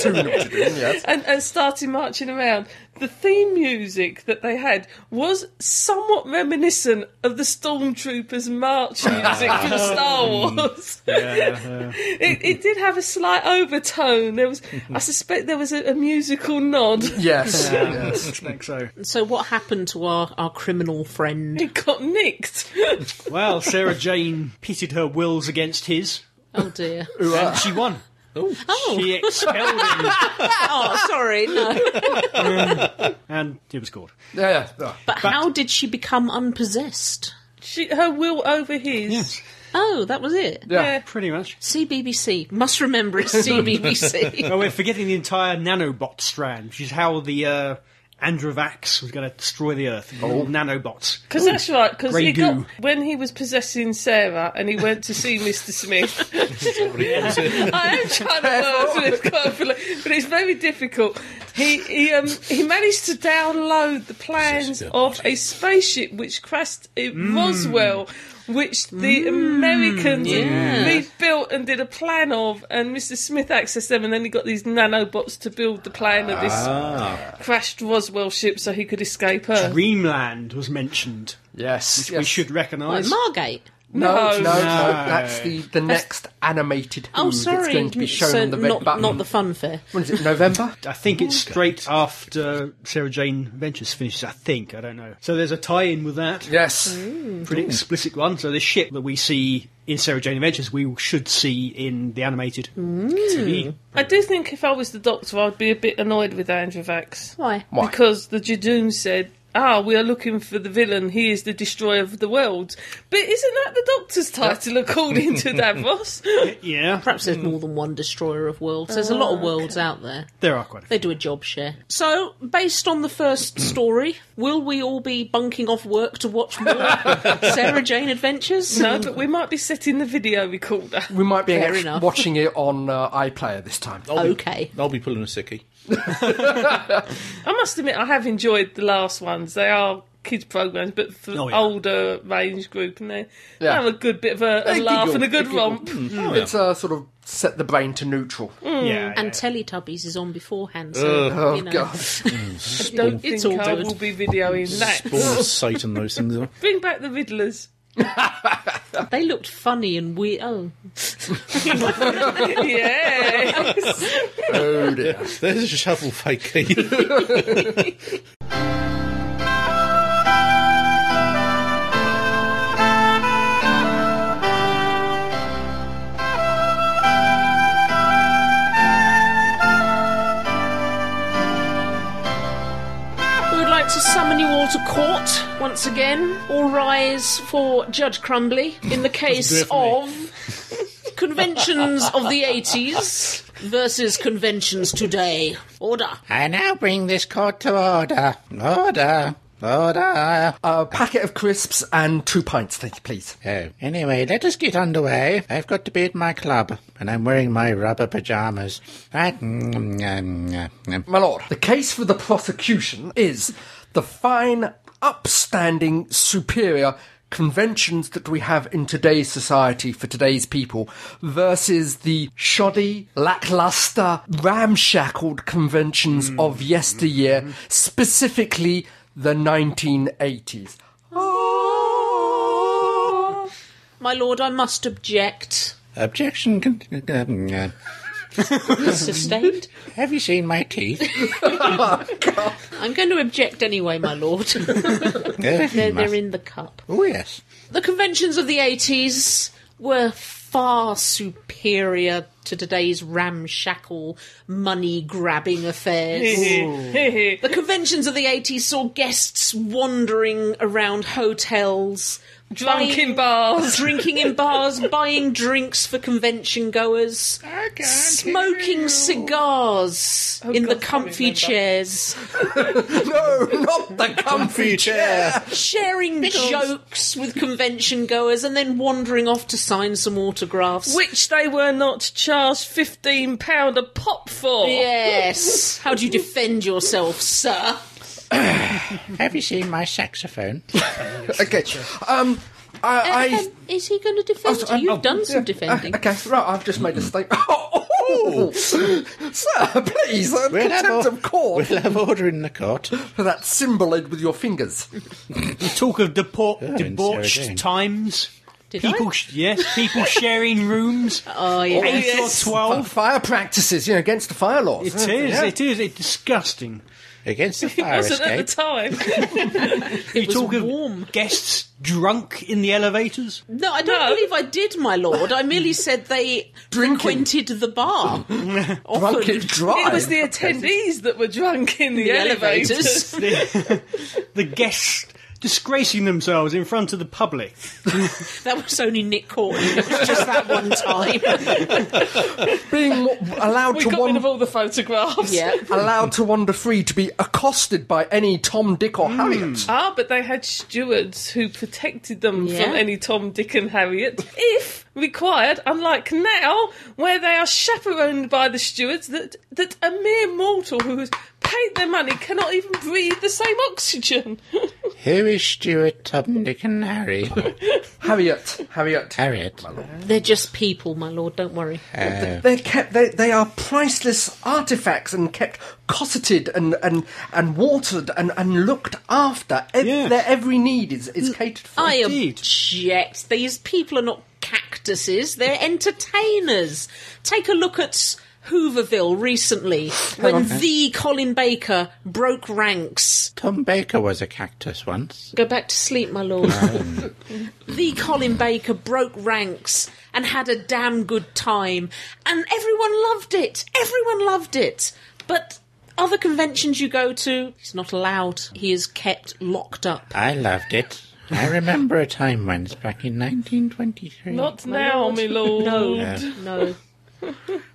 F: turned up
E: yes.
F: and, and started marching around, the theme music that they had was somewhat reminiscent of the Stormtroopers march music from Star Wars. it, it did have a slight overtone. There was, I suspect, there was a, a musical
D: <laughs>
F: nod.
E: Yes.
D: Yes, I think so.
C: So, what happened to our, our criminal friend?
F: It got nicked.
D: Well, Sarah Jane pitted her wills against his,
C: Oh dear.
E: uh,
D: and she won.
C: Oh,
D: She
E: <laughs>
D: expelled him,
C: <laughs> oh sorry, no.
D: and it was caught.
E: Yeah, yeah.
C: But how did she become unpossessed?
F: She, her will over his.
C: Oh, that was it.
E: Yeah.
D: Pretty much.
C: CBBC. Must remember
E: <laughs>
C: it's CBBC.
D: <laughs> Oh, we're forgetting the entire nanobot strand, which is how the uh, Androvax was going to destroy the Earth.
E: Oh.
D: All nanobots.
F: Because that's right. Because
D: grey
F: he got
D: goo.
F: when he was possessing Sarah, and he went to see Mr. Smith.
I: <laughs>
F: <laughs> I am trying to work with Coppola, but it's very difficult. He he um, he managed to download the plans of a spaceship which crashed at Roswell. Which the Americans had rebuilt and did a plan of, and Mr. Smith accessed them, and then he got these nanobots to build the plan of this crashed Roswell ship so he could escape Earth.
D: Dreamland was mentioned.
E: Yes.
D: We should recognise.
C: Margate.
E: No, no, no,
F: No.
E: That's the, the next animated Who
C: Oh,
E: that's
C: sorry.
E: going to be shown
C: so
E: on the red
C: not,
E: button.
C: not the fun fair. Oh,
E: When is it? November.
D: <laughs> I think it's straight after Sarah Jane Ventures finishes. I think I don't know. So there's a tie-in with that.
E: yes.
D: pretty explicit one. So the ship that we see in Sarah Jane Adventures, we should see in the animated TV.
F: I do think if I was the doctor, I'd be a bit annoyed with Andrew Vax.
C: Why?
E: Why?
F: Because the Jadoon said, Ah, we are looking for the villain. He is the destroyer of the world. But isn't that the doctor's title according
C: <laughs>
F: to Davros?
D: Yeah,
C: Perhaps there's more than one destroyer of worlds. There's a lot of worlds out there.
D: there are quite a few.
C: They do a job share. Oh, So, based on
F: <clears throat>
C: the first story, will we all be bunking off work to
F: <laughs>
C: watch more Sarah Jane Adventures?
F: no, but we might be setting the video recorder.
E: We might be
C: Fair
E: actually
C: enough.
E: watching it on uh, iPlayer this time.
B: I'll be-
C: Okay.
B: I'll be pulling a sickie.
F: I must admit, I have enjoyed the last ones. They are kids' programs, but for
D: Oh, yeah.
F: older range group, and they, they
E: Yeah.
F: have a good bit of a, a
E: They
F: laugh
E: giggle,
F: and a good
E: they giggle.
F: romp.
C: Mm.
E: It's uh, sort of set the brain to neutral.
D: Oh,
F: Mm.
E: Mm.
D: Yeah,
C: And
D: yeah.
C: Teletubbies is on beforehand, so
E: Oh
C: you know.
D: <laughs>
E: god.
F: I
D: Mm.
F: don't
C: It's
F: think
C: all
F: I
C: good.
F: will be videoing that.
B: Born of Satan, those things are.
F: <laughs> Bring back the Riddlers.
C: <laughs> They looked funny and weird. Oh,
F: yeah.
C: <laughs>
E: <laughs>
F: <laughs>
C: <laughs>
E: Oh dear.
B: <laughs> There's a shovel fakey.
E: <laughs>
C: We would like to summon you all to court once again. All rise for Judge Crumbly
D: <laughs>
C: in the case of conventions of the 80s versus conventions today. Order.
G: I now bring this court to order. Order. Order.
E: A packet of crisps and two pints, thank you, please.
G: Oh. Anyway, let us get underway. I've got to be at my club, and I'm wearing my rubber pajamas. Right. Mm, mm, mm, mm.
E: My lord, the case for the prosecution is the fine, upstanding, superior conventions that we have in today's society for today's people versus the shoddy, lackluster, ramshackled conventions of yesteryear, specifically the 1980s. Ah.
C: My lord, I must object.
G: Objection. Con- <laughs> mm, mm.
E: <laughs>
G: <laughs>
C: Sustained.
G: Have
C: <laughs>
G: you seen my teeth?
C: Oh, I'm going to object anyway, my lord.
G: Eh,
C: they're,
G: must-
C: they're in the cup.
G: Oh, yes.
C: The conventions of the 80s were far superior to today's ramshackle, money grabbing affairs. The conventions of the 80s saw guests wandering around hotels,
F: Drunk
C: buying-
F: in bars.
C: <laughs> drinking
F: <laughs>
C: in bars, buying drinks for convention goers, smoking cigars in the
F: Oh, God, I
C: comfy
F: remember.
C: chairs,
E: <laughs> No, not the comfy chair.
C: sharing jokes with convention goers, and then wandering off to sign some autographs.
F: Which they were not charged £15 a pop for.
C: Yes. How do you defend yourself, sir?
G: Have you seen my saxophone?
E: Mm-hmm. <laughs> Okay. Um, I, I
C: Uh, um, is he going to defend
E: Oh, so-
C: you? You've
E: oh,
C: done some
E: yeah.
C: defending.
E: Uh, okay, right, I've just made a
G: <laughs>
E: statement. Oh, oh, sir, please, uh, contempt of court
G: We'll have order in the court.
E: for <laughs> that symbol with your fingers.
D: You talk of depor-
G: in Sarah Jane.
D: debauched times.
C: Did
D: People,
C: I?
D: sh- yes, people sharing rooms.
C: <laughs> Oh, yeah.
D: Eight
F: yes.
D: or twelve.
E: Fire practices, you know, against the fire laws.
D: It is. It is. It's disgusting.
G: Against the
F: It <laughs>
G: fire
F: wasn't at
G: escape.
F: the time.
D: you talk of guests drunk in the elevators.
C: <laughs> No, I don't believe I did, my lord. I merely said they
E: Drinking.
C: frequented the bar.
E: Drunk it dry.
F: It was the attendees that were drunk in the,
C: The
F: elevators.
C: elevators.
D: <laughs> The, the guests disgracing themselves in front of the public.
C: <laughs> that was only Nick Courtney. It was just that one time.
E: <laughs> <laughs> being wa-
F: <laughs>
E: allowed
F: We
E: to
F: got rid of
E: wander.
F: all the photographs.
C: yeah.
E: <laughs> Allowed to wander free to be accosted by any Tom, Dick,
D: Hmm.
E: or Harriet.
F: Ah, but they had stewards who protected them
C: Yeah.
F: from any Tom, Dick, and Harriet, if required. Unlike now, where they are chaperoned by the stewards, that that a mere mortal who has paid their money cannot even breathe the same oxygen.
G: Who is Stuart, Tom, Dick, and Harry?
E: Harriet, Harriet.
G: Harriet.
C: They're just people, my lord. Don't worry.
G: Uh,
E: They're kept. They, they are priceless artifacts and kept cosseted and and, and watered and, and looked after. Ev-
D: Yes. Mm.
E: Their every need is, is catered for.
C: I
D: Indeed.
C: object. These people are not cactuses. They're entertainers. Take a look at Hooverville recently, when the Colin Baker broke ranks.
G: Tom Baker was a cactus once.
C: Go back to sleep, my lord. <laughs> the Colin Baker broke ranks and had a damn good time, and everyone loved it. Everyone loved it. But other conventions you go to, he's not allowed. He is kept locked up.
G: I loved it. I remember a time once back in 1923.
F: Not now, my lord.
C: <laughs> No,
F: <laughs>
C: no.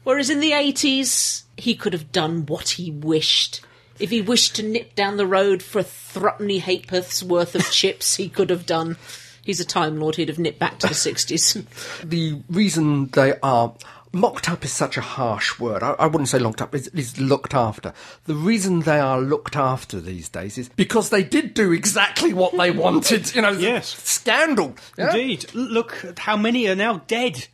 C: Whereas in the 80s, he could have done what he wished. If he wished to nip down the road for a thruppenny ha'porth's worth of chips, he could have done. He's a Time Lord, he'd have nipped back to
F: <laughs>
C: the 60s.
E: the reason they are locked up is such a harsh word. I, I wouldn't say locked up. It's, it's looked after. The reason they are looked after these days is because they did do exactly what they <laughs> wanted. You know,
D: Yes.
E: scandal. Yeah?
D: Indeed. L- Look at how many are now
C: <laughs>
D: dead.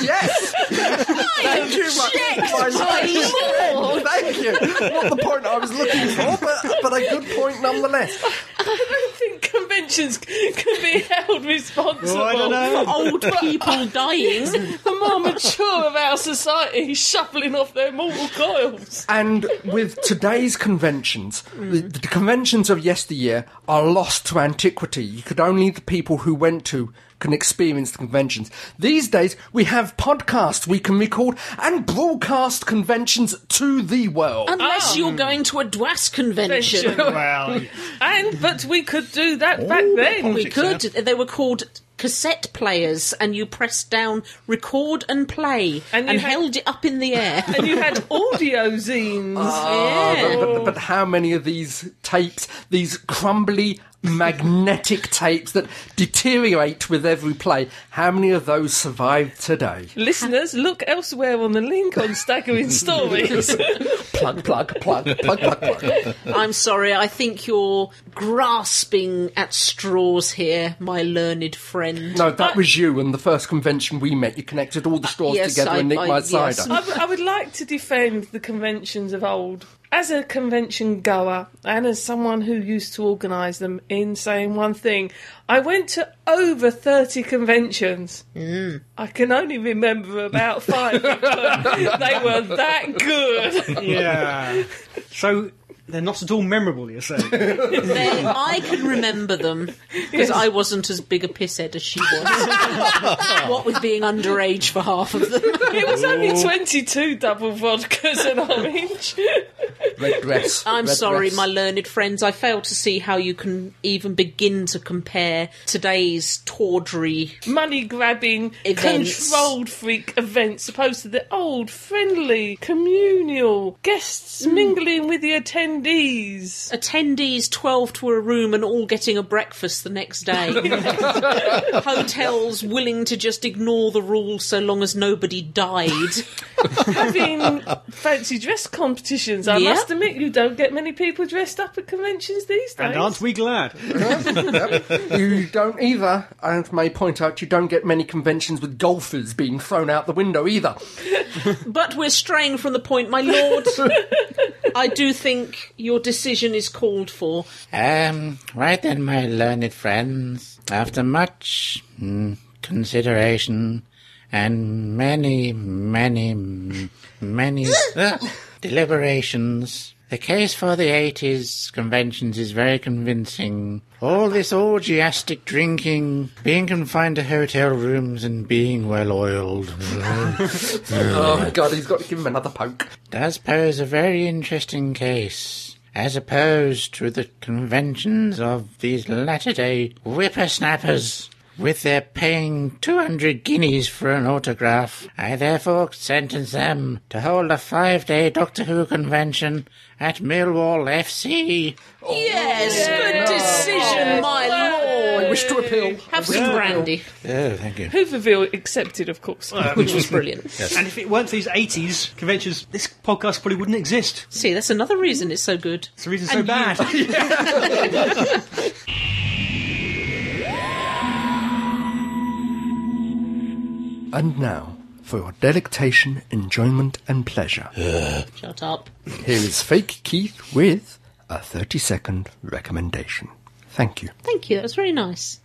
E: Yes. Thank you, my,
C: Object,
E: my
C: my
E: lord. Thank you. Not the point I was looking for, but, but a good point nonetheless.
F: <laughs> I don't think conventions c- can be held responsible
D: I don't know.
C: Old
D: <laughs>
C: people dying.
F: the more mature of our society shuffling off their mortal coils.
E: And with today's conventions, the, the conventions of yesteryear are lost to antiquity. You could only the people who went to can experience the conventions. These days, we have podcasts we can record and broadcast conventions to the
F: Oh.
E: world.
C: Unless
F: Um,
C: you're going to a DWAS convention. <laughs>
D: Well,
F: And but we could do that back then.
C: We could. They were called cassette players, and you pressed down record and play
F: And
C: and,
F: you had-
C: held it up in the air.
F: <laughs> and you had audio zines.
C: Yeah.
E: Ah, But, but how many of these tapes, these crumbly magnetic tapes that deteriorate with every play, how many of those survive today?
F: Listeners, look elsewhere on the link on Staggering Stories.
E: Plug, plug, plug, plug, plug, plug.
C: I'm sorry, I think you're grasping at straws here, my learned friend.
E: No, that was you and the first convention we met. You connected <laughs> all the stores
C: Yes,
E: together
C: I-
E: and nicked
C: I-
E: my
C: yes.
E: cider.
F: I, w- I would like to defend the conventions of old. As a convention goer and as someone who used to organise them, in saying one thing, I went to over 30 conventions.
C: Mm.
F: I can only remember about five
E: <laughs>
F: of them. they were that good.
D: yeah. So they're not at all memorable, you're saying?
C: They- I can remember them because I wasn't as big a pisshead as she was.
E: <laughs>
C: what with being underage for half of them.
F: It was only 22 double vodkas and orange.
E: Red dress.
C: I'm
E: red
C: sorry,
E: dress.
C: my learned friends. I fail to see how you can even begin to compare today's tawdry
F: money grabbing,
C: Events.
F: controlled freak events, opposed to the old, friendly, communal guests mingling with the attendees.
C: Mm. attendees 12 to a room and all getting a breakfast the next
F: <laughs>
C: day.
D: <laughs>
C: <laughs> Hotels willing to just ignore the rules so long as nobody died.
F: Having fancy dress competitions. I
C: Yeah.
F: must admit, you don't get many people dressed up at conventions these days.
D: and aren't we glad?
E: You don't either, and may point out you don't get many conventions with golfers being thrown out the window either.
C: But we're straying from the point, my lord. I do think your decision is called for.
G: Um, right then, my learned friends. After much mm, consideration and many, many, mm, many uh, deliberations, the case for the 80s conventions is very convincing. All this orgiastic drinking, being confined to hotel rooms, and being well <laughs> oiled.
E: Oh my god, he's got to give him another poke.
G: does pose a very interesting case, as opposed to the conventions of these latter day whippersnappers. With their paying 200 guineas for an autograph, I therefore sentence them to hold a five day Doctor Who convention at Millwall FC.
D: Oh,
C: yes, good decision, my lord.
D: wish to appeal.
C: Have some brandy.
G: Oh, thank you.
F: Hooverville accepted, of course.
C: <laughs> Which was brilliant.
D: And if it weren't for these 80s conventions, this podcast probably wouldn't exist.
C: See, that's another reason it's so good.
D: It's the reason it's
C: And
D: so bad.
C: <laughs>
D: <laughs>
E: And now, for your delectation, enjoyment, and pleasure, here
C: Shut up.
E: is Fake Keith with a 30 second recommendation. Thank you.
C: Thank you, that was very nice.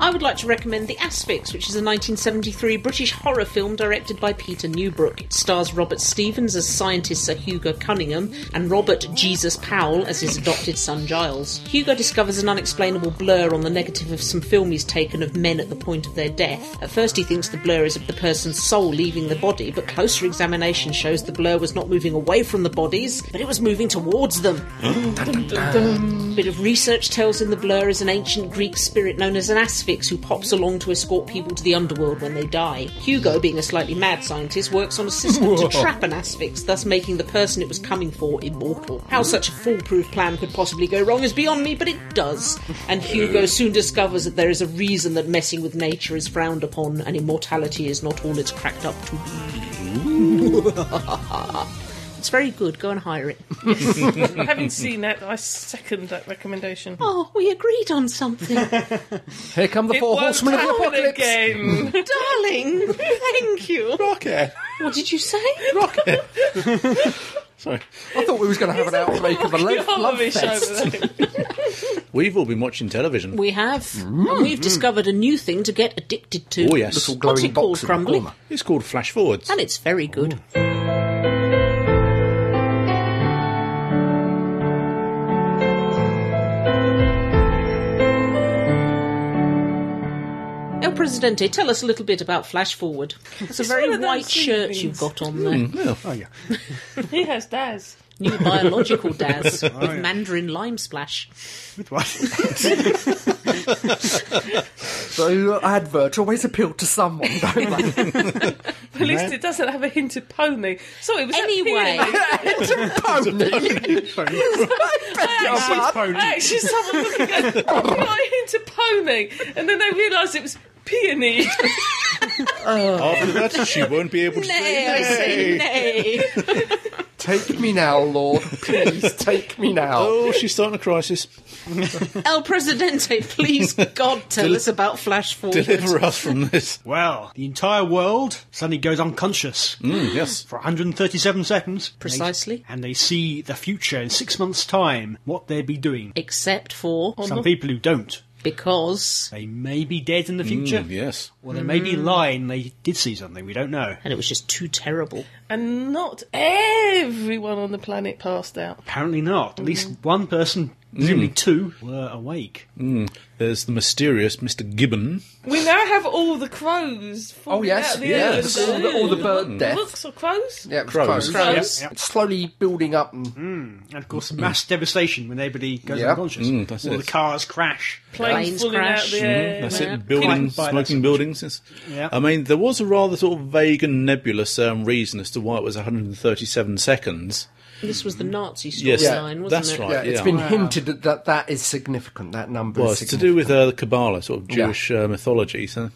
C: I would like to recommend The Asphyx, which is a 1973 British horror film directed by Peter Newbrook. It stars Robert Stevens as scientist Sir Hugo Cunningham and Robert Jesus Powell as his adopted son Giles. Hugo discovers an unexplainable blur on the negative of some film he's taken of men at the point of their death. At first, he thinks the blur is of the person's soul leaving the body, but closer examination shows the blur was not moving away from the bodies, but it was moving towards them. bit of research tells him the blur is an ancient Greek spirit known as an asphyx who pops along to escort people to the underworld when they die. Hugo, being a slightly mad scientist, works on a system to trap an asphyx, thus making the person it was coming for immortal. How such a foolproof plan could possibly go wrong is beyond me, but it does. And Hugo soon discovers that there is a reason that messing with nature is frowned upon, and immortality is not all it's cracked up to be. <laughs> It's very good. Go and hire it.
F: <laughs> Having seen that, I second that recommendation.
C: Oh, we agreed on something.
E: Here come the
F: It
E: four
F: won't
E: horsemen of the
F: happen
E: apocalypse.
F: again.
C: Darling, thank you.
B: Rocket.
C: What did you say?
B: Sorry.
E: I thought we was going to have an outbreak of a
F: You're
E: love, love
F: rubbish
E: fest.
F: over there.
B: We've all been watching television.
C: We have. And we've discovered a new thing to get addicted to.
B: oh, yes.
E: Little
C: What's
E: glowing
C: it called,
E: box in the
C: Crumbly?
E: corner.
B: It's called Flash Forwards.
C: And it's very good. El Presidente, tell us a little bit about Flash Forward. It's a very
F: one of those
C: white shirt
F: things.
C: you've got on there.
E: Hmm.
F: <laughs> He has Daz.
C: New
E: <laughs>
C: biological Daz with Mandarin Lime Splash.
B: <laughs>
E: So your advert always appealed to someone,
B: <laughs>
E: don't they?
F: At least it doesn't have a hint of pony. Sorry, was
C: Anyway, <laughs>
F: that peony?
E: it's a pony.
F: I actually- I actually saw them looking at it, right into pony, and then they realised it was peony.
E: Oh.
B: After that, she won't be
C: <laughs>
B: able to
C: nay,
B: say
C: I say
B: nay.
C: nay.
E: Take me now,
B: <laughs>
E: Lord. Please take me now.
B: Oh, she's starting a crisis.
E: <laughs>
C: El Presidente, please, God, tell us about Flash Forward.
B: <laughs> Deliver us from this.
D: well, the entire world suddenly goes unconscious
B: Mm, yes.
D: for 137 seconds.
C: Precisely.
D: And they see the future in six months' time, what they'll be doing.
C: Except for
D: Some people who don't.
C: because.
D: They may be dead in the future.
B: Mm, yes.
D: Or they may be lying. They did see something. We don't know.
C: And it was just too terrible.
F: and not everyone on the planet passed out.
D: Apparently not. At
B: Mm.
D: least one person, presumably two, were awake.
B: Hmm. There's the mysterious Mr. Gibbon.
F: We now have all the crows.
E: Oh,
F: falling out
E: yes.
F: of the
E: yeah.
F: earth.
E: All, the, all the bird death.
F: Books or crows?
E: Yeah, it was crows.
B: Crows.
F: Crows.
D: Yep, yep.
E: It's slowly building up. And
D: Mm. And of course, mass devastation when everybody goes
E: Yeah.
D: unconscious.
B: Mm, that's
D: All
B: it. Mm,
D: the cars crash.
F: Planes
C: Planes
F: falling out of
C: crash.
F: the air.
B: That's
C: Yeah.
B: it. Buildings,
D: Quite- quite
B: smoking
D: nice.
B: buildings. yes.
D: Yeah.
B: I mean, there was a rather sort of vague and nebulous um, reason as to why it was 137 seconds.
C: This was the Nazi storyline,
B: Yes,
C: wasn't
B: that's
C: it?
B: right.
E: yeah, it's
B: yeah.
E: been hinted that- that that is significant. That number
B: Well,
E: is
B: it's to do
E: significant.
B: with uh, the Kabbalah, sort of
E: Yeah.
B: Jewish uh, mythology. So,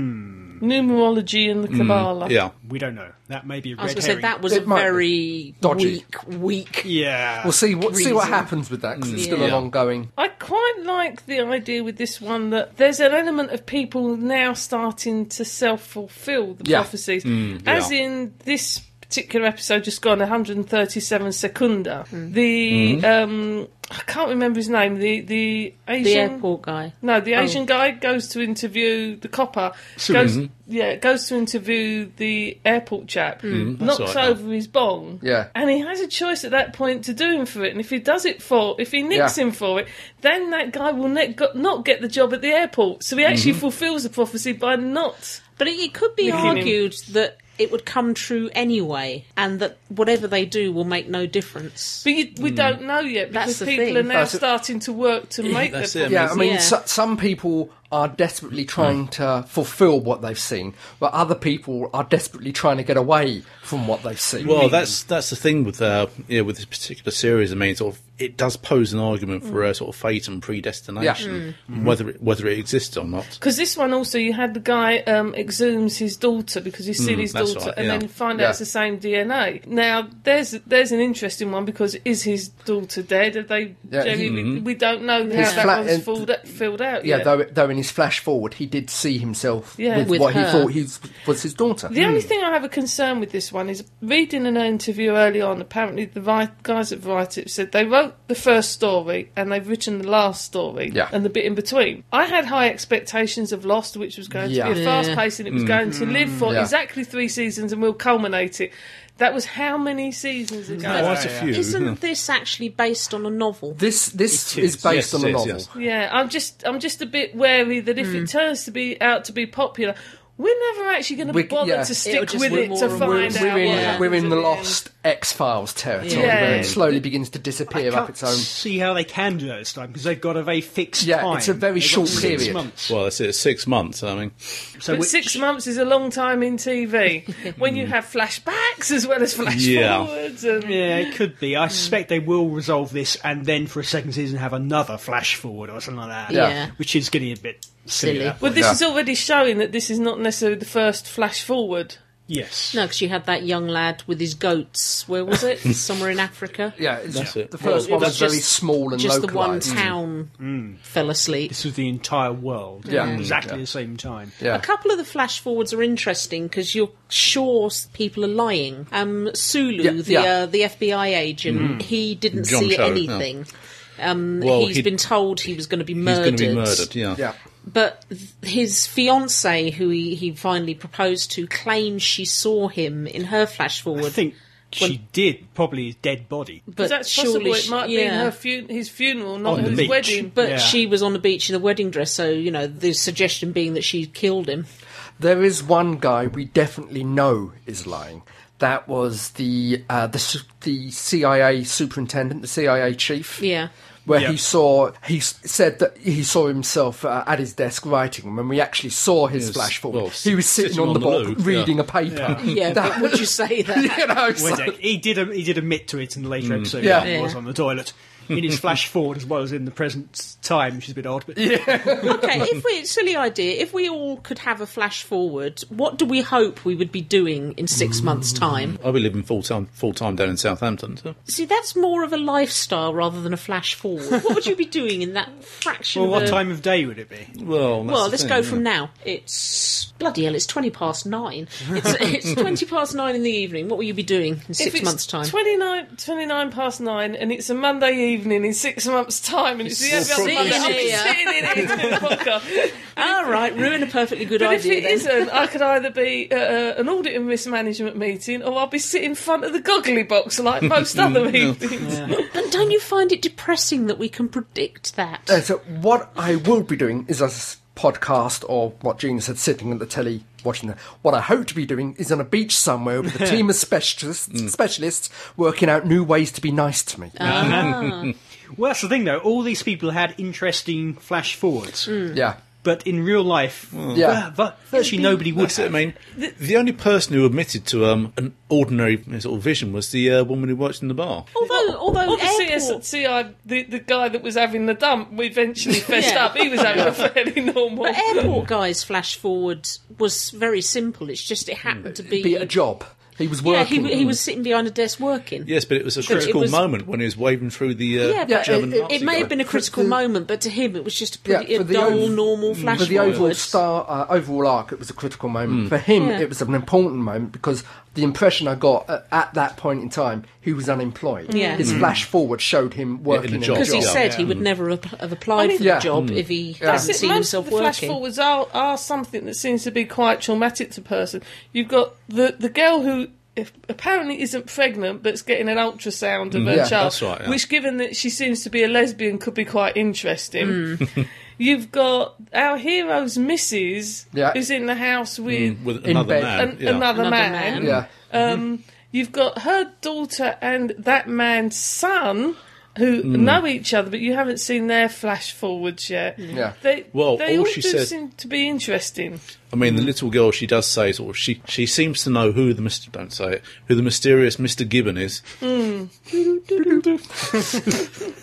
F: Numerology and the Kabbalah.
B: yeah.
D: We don't know. That may be a red
C: I was going to say
D: herring.
C: that was
E: Mm. It
C: a
E: might be.
C: very
B: Hmm.
E: Dodgy.
C: weak, weak.
D: Yeah.
E: We'll see what see what
C: reason.
E: happens with that because it's still an
B: Yeah.
E: ongoing.
F: I quite like the idea with this one that there's an element of people now starting to self fulfill the
E: Yeah.
F: prophecies. As in this particular episode just gone 137 secunda.
C: Hmm.
F: The
B: Hmm.
F: um I can't remember his name, the the
C: The
F: Asian
C: airport guy.
F: No, the
B: Oh.
F: Asian guy goes to interview the copper. Goes, yeah, goes to interview the airport chap.
C: Hmm.
F: knocks
B: Hmm. all right.
F: over his bong.
E: Yeah.
F: and he has a choice at that point to do him for it. And if he does it for, if he nicks
E: Yeah.
F: him for it, then that guy will ne- go- not get the job at the airport. So he actually
E: Mm-hmm.
F: fulfills the prophecy by not.
C: But it, it could be
F: Nicking him.
C: argued that it would come true anyway, and that whatever they do will make no difference.
F: But you, we don't know yet because
C: That's the
F: people
C: thing.
F: are now
E: Hmm. That's it.
F: starting to work to make their
B: That's it.
F: prophecy.
E: Yeah, I mean,
C: Yeah.
E: so, some people are desperately trying to fulfill what they've seen, but other people are desperately trying to get away from what they've seen.
B: Well, that's that's the thing with uh, yeah, with this particular series. I mean, sort of, it does pose an argument for
E: Mm.
B: uh, sort of fate and predestination, whether it, whether it exists or not.
F: Because this one also, you had the guy um, exhumes his daughter because he's seen his
B: that's
F: daughter,
B: right,
F: and
B: yeah.
F: then find
E: Mm, Yeah.
F: out it's the same DNA. Now, there's there's an interesting one because is his daughter dead? Are they?
E: Yeah.
F: Jerry, we- we don't know
E: His
F: how that
E: flat-
F: one's
E: and-
F: filled out, filled out
E: yeah,
F: yet.
E: though though in his flash forward, he did see himself
F: Yeah.
E: with,
C: With
E: what
C: her.
E: he thought he was- was his daughter. Hmm.
F: The
B: Hmm.
F: only thing I have a concern with this one is reading an interview early on. Apparently, the Vi- guys at Variety have said they wrote the first story and they've written the last story
E: Yeah.
F: and the bit in between. I had high expectations of Lost, which was going
E: Yeah.
F: to be a fast pace and it was going to live for
E: Hmm. Yeah.
F: exactly three seasons and we'll culminate it. That was how many seasons ago?
B: Quite a few.
C: Isn't this actually based on a novel?
E: This this
B: It
E: is,
B: Yes,
E: based on
B: it
E: a
B: is,
E: novel.
B: yes.
F: Oh. Yeah, I'm just I'm just a bit wary that if
C: Hmm.
F: it turns to be out to be popular, we're never actually going to
E: We-
F: bother
E: yeah.
F: to
C: It'll
F: stick
C: just
F: with
C: be
F: it
C: more
F: to
C: and
F: find
C: more.
E: We're,
F: out.
E: we're in,
F: what
C: yeah.
E: we're in
F: happens
E: the
F: at end.
E: Lost X Files territory
F: Yeah.
E: where
F: Yeah.
E: it slowly begins to disappear up
D: can't
E: its own.
D: see how they can do that this time because they've got a very fixed
E: Yeah,
D: time.
E: Uh, it's a very
D: They've got
E: short
D: six
E: period.
D: months.
B: Well, that's it. Six months. I mean,
D: So
F: But
D: which-
F: six months is a long time in TV when you have flashbacks as well as flash
B: Yeah.
F: forwards. And,
D: Yeah, it could be. I suspect they will resolve this and then for a second season have another flash forward or something like that.
C: Yeah. Yeah.
D: Which is getting a bit silly.
C: Silly.
D: at that
F: Well,
D: point.
F: this
E: Yeah.
F: is already showing that this is not necessarily the first flash forward.
D: yes.
C: No, because you had that young lad with his goats. Where was
E: <laughs>
C: it? Somewhere in Africa.
E: Yeah, it's,
B: That's it.
E: the first
C: Well,
E: one was
C: that's
E: very
C: just-
E: small and
C: Just the one
E: localized.
C: town fell asleep.
D: Mm. This was the entire world.
E: Yeah.
D: at Exactly
E: Yeah.
D: the same time.
E: Yeah.
C: A couple of the flash forwards are interesting because you're sure s- people are lying. Um, Sulu,
E: Yeah,
C: the
E: yeah.
C: Uh, the FBI agent, he didn't
B: John
C: see
B: Cho, Mm. yeah.
C: anything. Um,
B: Well,
C: he's
B: he'd-
C: been told he was going to be
B: he's going
C: murdered.
B: to be murdered. Yeah.
E: Yeah.
C: But th- his fiancee, who he, he finally proposed to, claims she saw him in her flash
D: I
C: forward.
D: think she did, probably his dead body.
C: but
F: That's
C: surely
F: possible. It
C: she-
F: might be in
C: yeah.
F: her fu- his funeral, not
D: On the
F: his
D: beach.
F: wedding.
C: But
D: Yeah.
C: she was on the beach in a wedding dress, so you know the suggestion being that she killed him.
E: There is one guy we definitely know is lying. That was the uh, the su- the CIA superintendent, the CIA chief.
C: Yeah.
E: Where
D: Yeah.
E: he saw, he s- said that he saw himself uh, at his desk writing. When we actually saw his
B: Yes,
E: flash forward,
B: well,
E: he was sitting, on, the box
B: loo, yeah.
E: reading a paper. <laughs>
C: Yeah, but would you say that?
E: you know,
D: Well, <laughs>
E: so-
D: Dick, he did he did admit to it in the later
B: Mm.
D: episode
E: Yeah.
D: when he was
C: Yeah.
D: on the toilet. In his flash forward as well as in the present time, which is a bit odd, but
B: <laughs>
C: okay, if we silly idea, if we all could have a flash forward, what do we hope we would be doing in six
B: Mm.
C: months' time?
B: I'll be living full time full time down in Southampton. So.
C: See, that's more of a lifestyle rather than a flash forward. What would you be doing in that fraction?
D: <laughs> well,
C: of
D: what
C: a-
D: time of day would it be?
B: uh, Well, that's
C: Well,
B: the
C: let's
B: thing,
C: go
B: yeah.
C: from
D: <laughs>
C: now. It's bloody hell. It's twenty past nine. It's,
B: <laughs>
C: it's twenty past nine in the evening. What will you be doing in
F: If
C: six
F: it's
C: months' time?
F: 29, 29 past nine, and it's a Monday evening in six months' time, and it's the only other
C: sitting
F: Monday I'm
C: here.
F: sitting in Edinburgh podcast.
C: All right, ruin a perfectly good
F: But if
C: idea.
F: it
C: then.
F: not I could either be at uh, an audit and risk management meeting, or I'll be sitting in front of the goggly box like most other evenings.
C: But don't you find it depressing that we can predict that?
E: Uh, so what I will be doing is a s- podcast or what Gina said, sitting at the telly watching that. What I hope to be doing is on a beach somewhere with a team of specialists, specialists working out new ways to be nice to me.
D: Uh-huh.
C: Ah.
D: Well, that's the thing, though. All these people had interesting flash forwards,
C: Mm.
E: Yeah.
D: but in real life,
B: Mm.
E: Yeah.
D: vir- vir- virtually nobody would.
B: That's it. I mean, the only person who admitted to um, an ordinary sort of vision was the uh, woman who worked in the bar.
C: although, although
F: Well, the
C: airport,
F: CSCI, the, the guy that was having the dump, we eventually fessed
C: Yeah.
F: up. He was having a fairly normal.
C: But airport guys flash forward was very simple. It's just it happened to be,
E: Be at a job. He was
C: Yeah,
E: working.
C: he, he was sitting behind a desk working.
B: Yes, but it was a critical
C: was-
B: moment when he was waving through the uh,
C: Yeah, but
B: German.
E: it- it-
B: Nazi
C: It may have
B: guy.
C: been a critical
E: the-
C: moment, but to him it was just a
E: Yeah,
C: pretty a
E: for the
C: dull,
E: ov-
C: normal flash
E: for the
C: forward.
E: overall star, uh, overall arc, it was a critical moment. For him,
C: Yeah.
E: it was an important moment because the impression I got at, at that point in time, he was unemployed.
C: Yeah.
E: His flash forward showed him working in a job.
B: job.
C: because he
B: Yeah.
C: said he would never ap- have applied for
E: Yeah.
C: the job if he
F: Mm. That's
C: hadn't
F: it.
C: seen
F: Most of
C: himself
F: the flash
C: working.
F: forwards are, are something that seems to be quite traumatic to a person. You've got the, the girl who if, apparently isn't pregnant but's getting an ultrasound of her
E: Yeah,
F: child,
B: that's right, Mm. yeah.
F: which, given that she seems to be a lesbian, could be quite interesting.
C: Mm.
F: You've got our hero's missus
E: Yeah.
F: who's in the house with
B: Mm, with
E: in
B: another
E: bed.
F: an,
B: man. yeah. Mm-hmm.
F: another,
C: Another
F: man.
C: man.
E: Yeah.
F: Um, you've got her daughter and that man's son. who
B: Mm.
F: know each other, but you haven't seen their flash forwards yet.
E: Yeah.
F: They,
B: Well,
F: they
B: all
F: all,
B: she
F: do
B: said-
F: seem to be interesting.
B: I mean, the little girl, she does say sort of, she she seems to know who the Mister don't say it who the mysterious Mister Gibbon is,
F: Hmm.
E: <laughs>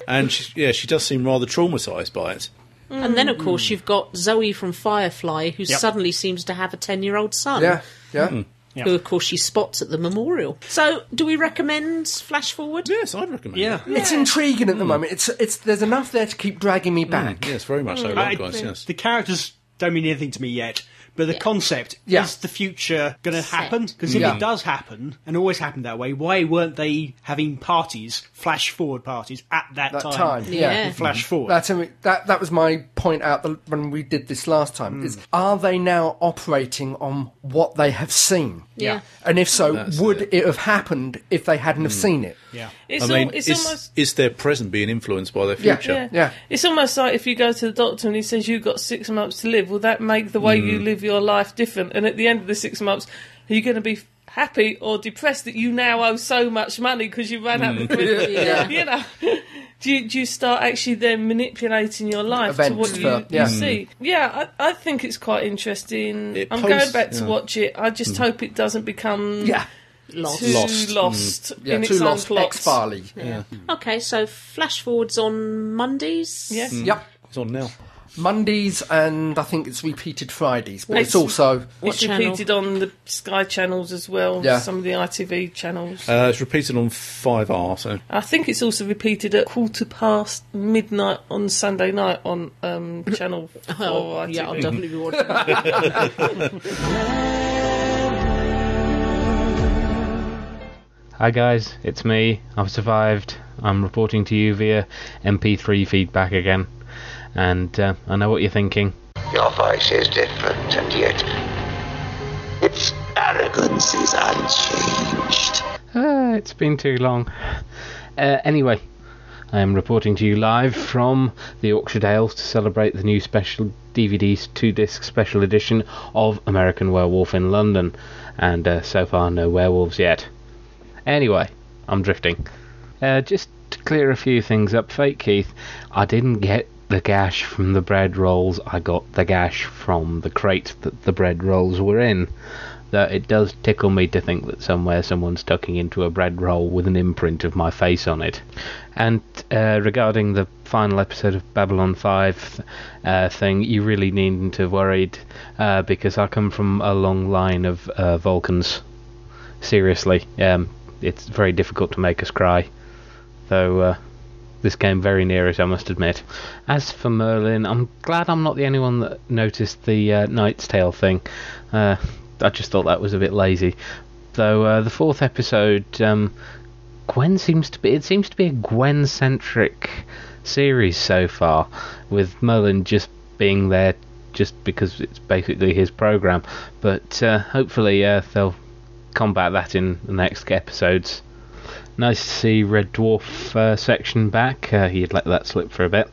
B: and she, yeah, she does seem rather traumatized by it.
C: And then, of course, you've got Zoe from Firefly, who
D: Yep.
C: suddenly seems to have a 10 year old son.
E: Yeah, yeah.
C: Hmm. Who, of course, she spots at the memorial. So, do we recommend Flash Forward?
B: Yes, I'd recommend.
D: Yeah.
B: it. Hmm.
E: It's intriguing at the moment. It's it's there's enough there to keep dragging me back.
B: Mm, yes, very much so,
D: Mm. I-
B: likewise. Yes,
D: The characters don't mean anything to me yet, but the concept
E: Yeah.
D: is the future going to happen? Because if
E: Yeah.
D: it does happen, and always happened that way, why weren't they having parties, flash forward parties, at that,
E: That time, yeah.
D: And Flash forward.
E: That's that that was my point out the, when we did this last time.
B: Hmm.
E: Is are they now operating on what they have seen?
C: Yeah.
E: And if so,
B: That's
E: would
B: it. Hmm.
E: it. have happened if they hadn't have seen it?
D: yeah.
F: It's,
B: I mean,
F: al- it's
B: is,
F: almost.
B: is their present being influenced by their
E: Yeah.
B: future?
F: Yeah.
E: Yeah.
F: It's almost like if you go to the doctor and he says you've got six months to live, will that make the way
B: Mm.
F: you live your life different? And at the end of the six months, are you going to be happy or depressed that you now owe so much money because you ran out
B: Mm.
F: of the
B: <laughs>
F: credit?
C: Yeah.
F: <laughs> You know, do you, do you start actually then manipulating your life to
E: Events
F: what you,
E: for- yeah.
F: you see? Yeah, I, I think it's quite interesting.
B: Mm. It
F: I'm
B: posts-
F: going back to
B: yeah. Mm.
F: watch it. I just hope it doesn't become
E: Yeah.
C: Mm.
E: Mm.
C: Lost.
F: too
B: Lost. Mm.
F: lost,
E: Yeah.
F: in
E: Two
F: its
E: lost
F: own plot.
E: X Farley. Yeah.
C: Okay, so Flash Forward's on Mondays?
F: Yeah.
E: Yep.
B: It's on now.
E: Mondays and I think it's repeated Fridays, but it's
F: It's-
E: also
F: It's
C: channel?
F: repeated on the Sky channels as well,
E: Yeah.
F: some of the ITV channels.
B: Uh, it's repeated on Five R. So
F: I think it's also repeated at quarter past midnight on Sunday night on
E: <laughs>
F: um, Channel 4
C: Oh,
F: ITV.
C: <laughs> yeah, I'll definitely
F: <laughs>
C: be watching that.
A: Hi guys, it's me. I've survived. I'm reporting to you via MP3 feedback again. And uh, I know what you're thinking.
J: Your voice is different, and yet its arrogance is unchanged.
A: Ah, it's been too long. Uh, anyway, I am reporting to you live from the Yorkshire Dales to celebrate the new special DVD's two disc special edition of American Werewolf in London. And uh, so far, no werewolves yet. Anyway, I'm drifting. Uh, just to clear a few things up, fake Keith, I didn't get the gash from the bread rolls, I got the gash from the crate that the bread rolls were in that it does tickle me to think that somewhere someone's tucking into a bread roll with an imprint of my face on it. And uh, regarding the final episode of Babylon 5 uh, thing, you really needn't have worried uh, because I come from a long line of uh, Vulcans. Seriously, um, it's very difficult to make us cry. Though uh, this came very near it, I must admit. As for Merlin, I'm glad I'm not the only one that noticed the uh, Knight's Tale thing. Uh, I just thought that was a bit lazy. Though uh, the fourth episode, um, Gwen seems to be it seems to be a Gwen-centric series so far, with Merlin just being there just because it's basically his program. But uh, hopefully uh, they'll combat that in the next episodes. Nice to see Red Dwarf uh, section back. Uh, he'd let that slip for a bit.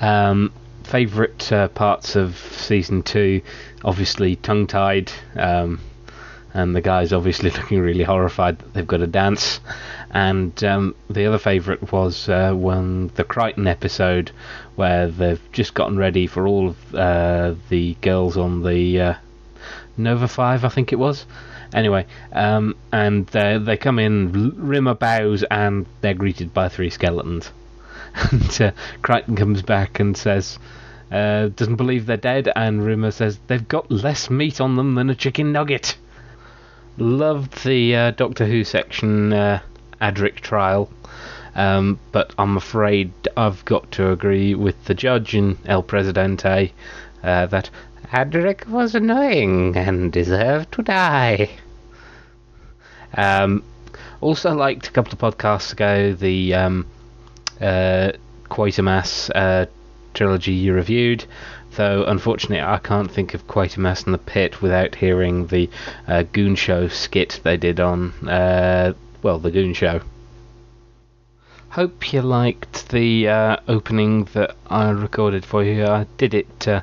A: Um, Favourite uh, parts of season two, obviously tongue tied, um, and the guys obviously <laughs> looking really horrified that they've got to dance. And um, the other favourite was uh, when the Crichton episode, where they've just gotten ready for all of uh, the girls on the uh, Nova 5, I think it was. Anyway, um, and they they come in, Rimmer bows, and they're greeted by three skeletons. <laughs> and uh, Crichton comes back and says, uh, doesn't believe they're dead, and Rimmer says, they've got less meat on them than a chicken nugget. Loved the uh, Doctor Who section, uh, Adric trial, um, but I'm afraid I've got to agree with the judge in El Presidente uh, that Adric was annoying and deserved to die. Um, also liked a couple of podcasts ago the um, uh, Quatermass uh, trilogy you reviewed, though unfortunately I can't think of Quatermass in the Pit without hearing the uh, Goon Show skit they did on, uh, well, the Goon Show. Hope you liked the uh, opening that I recorded for you. I did it uh,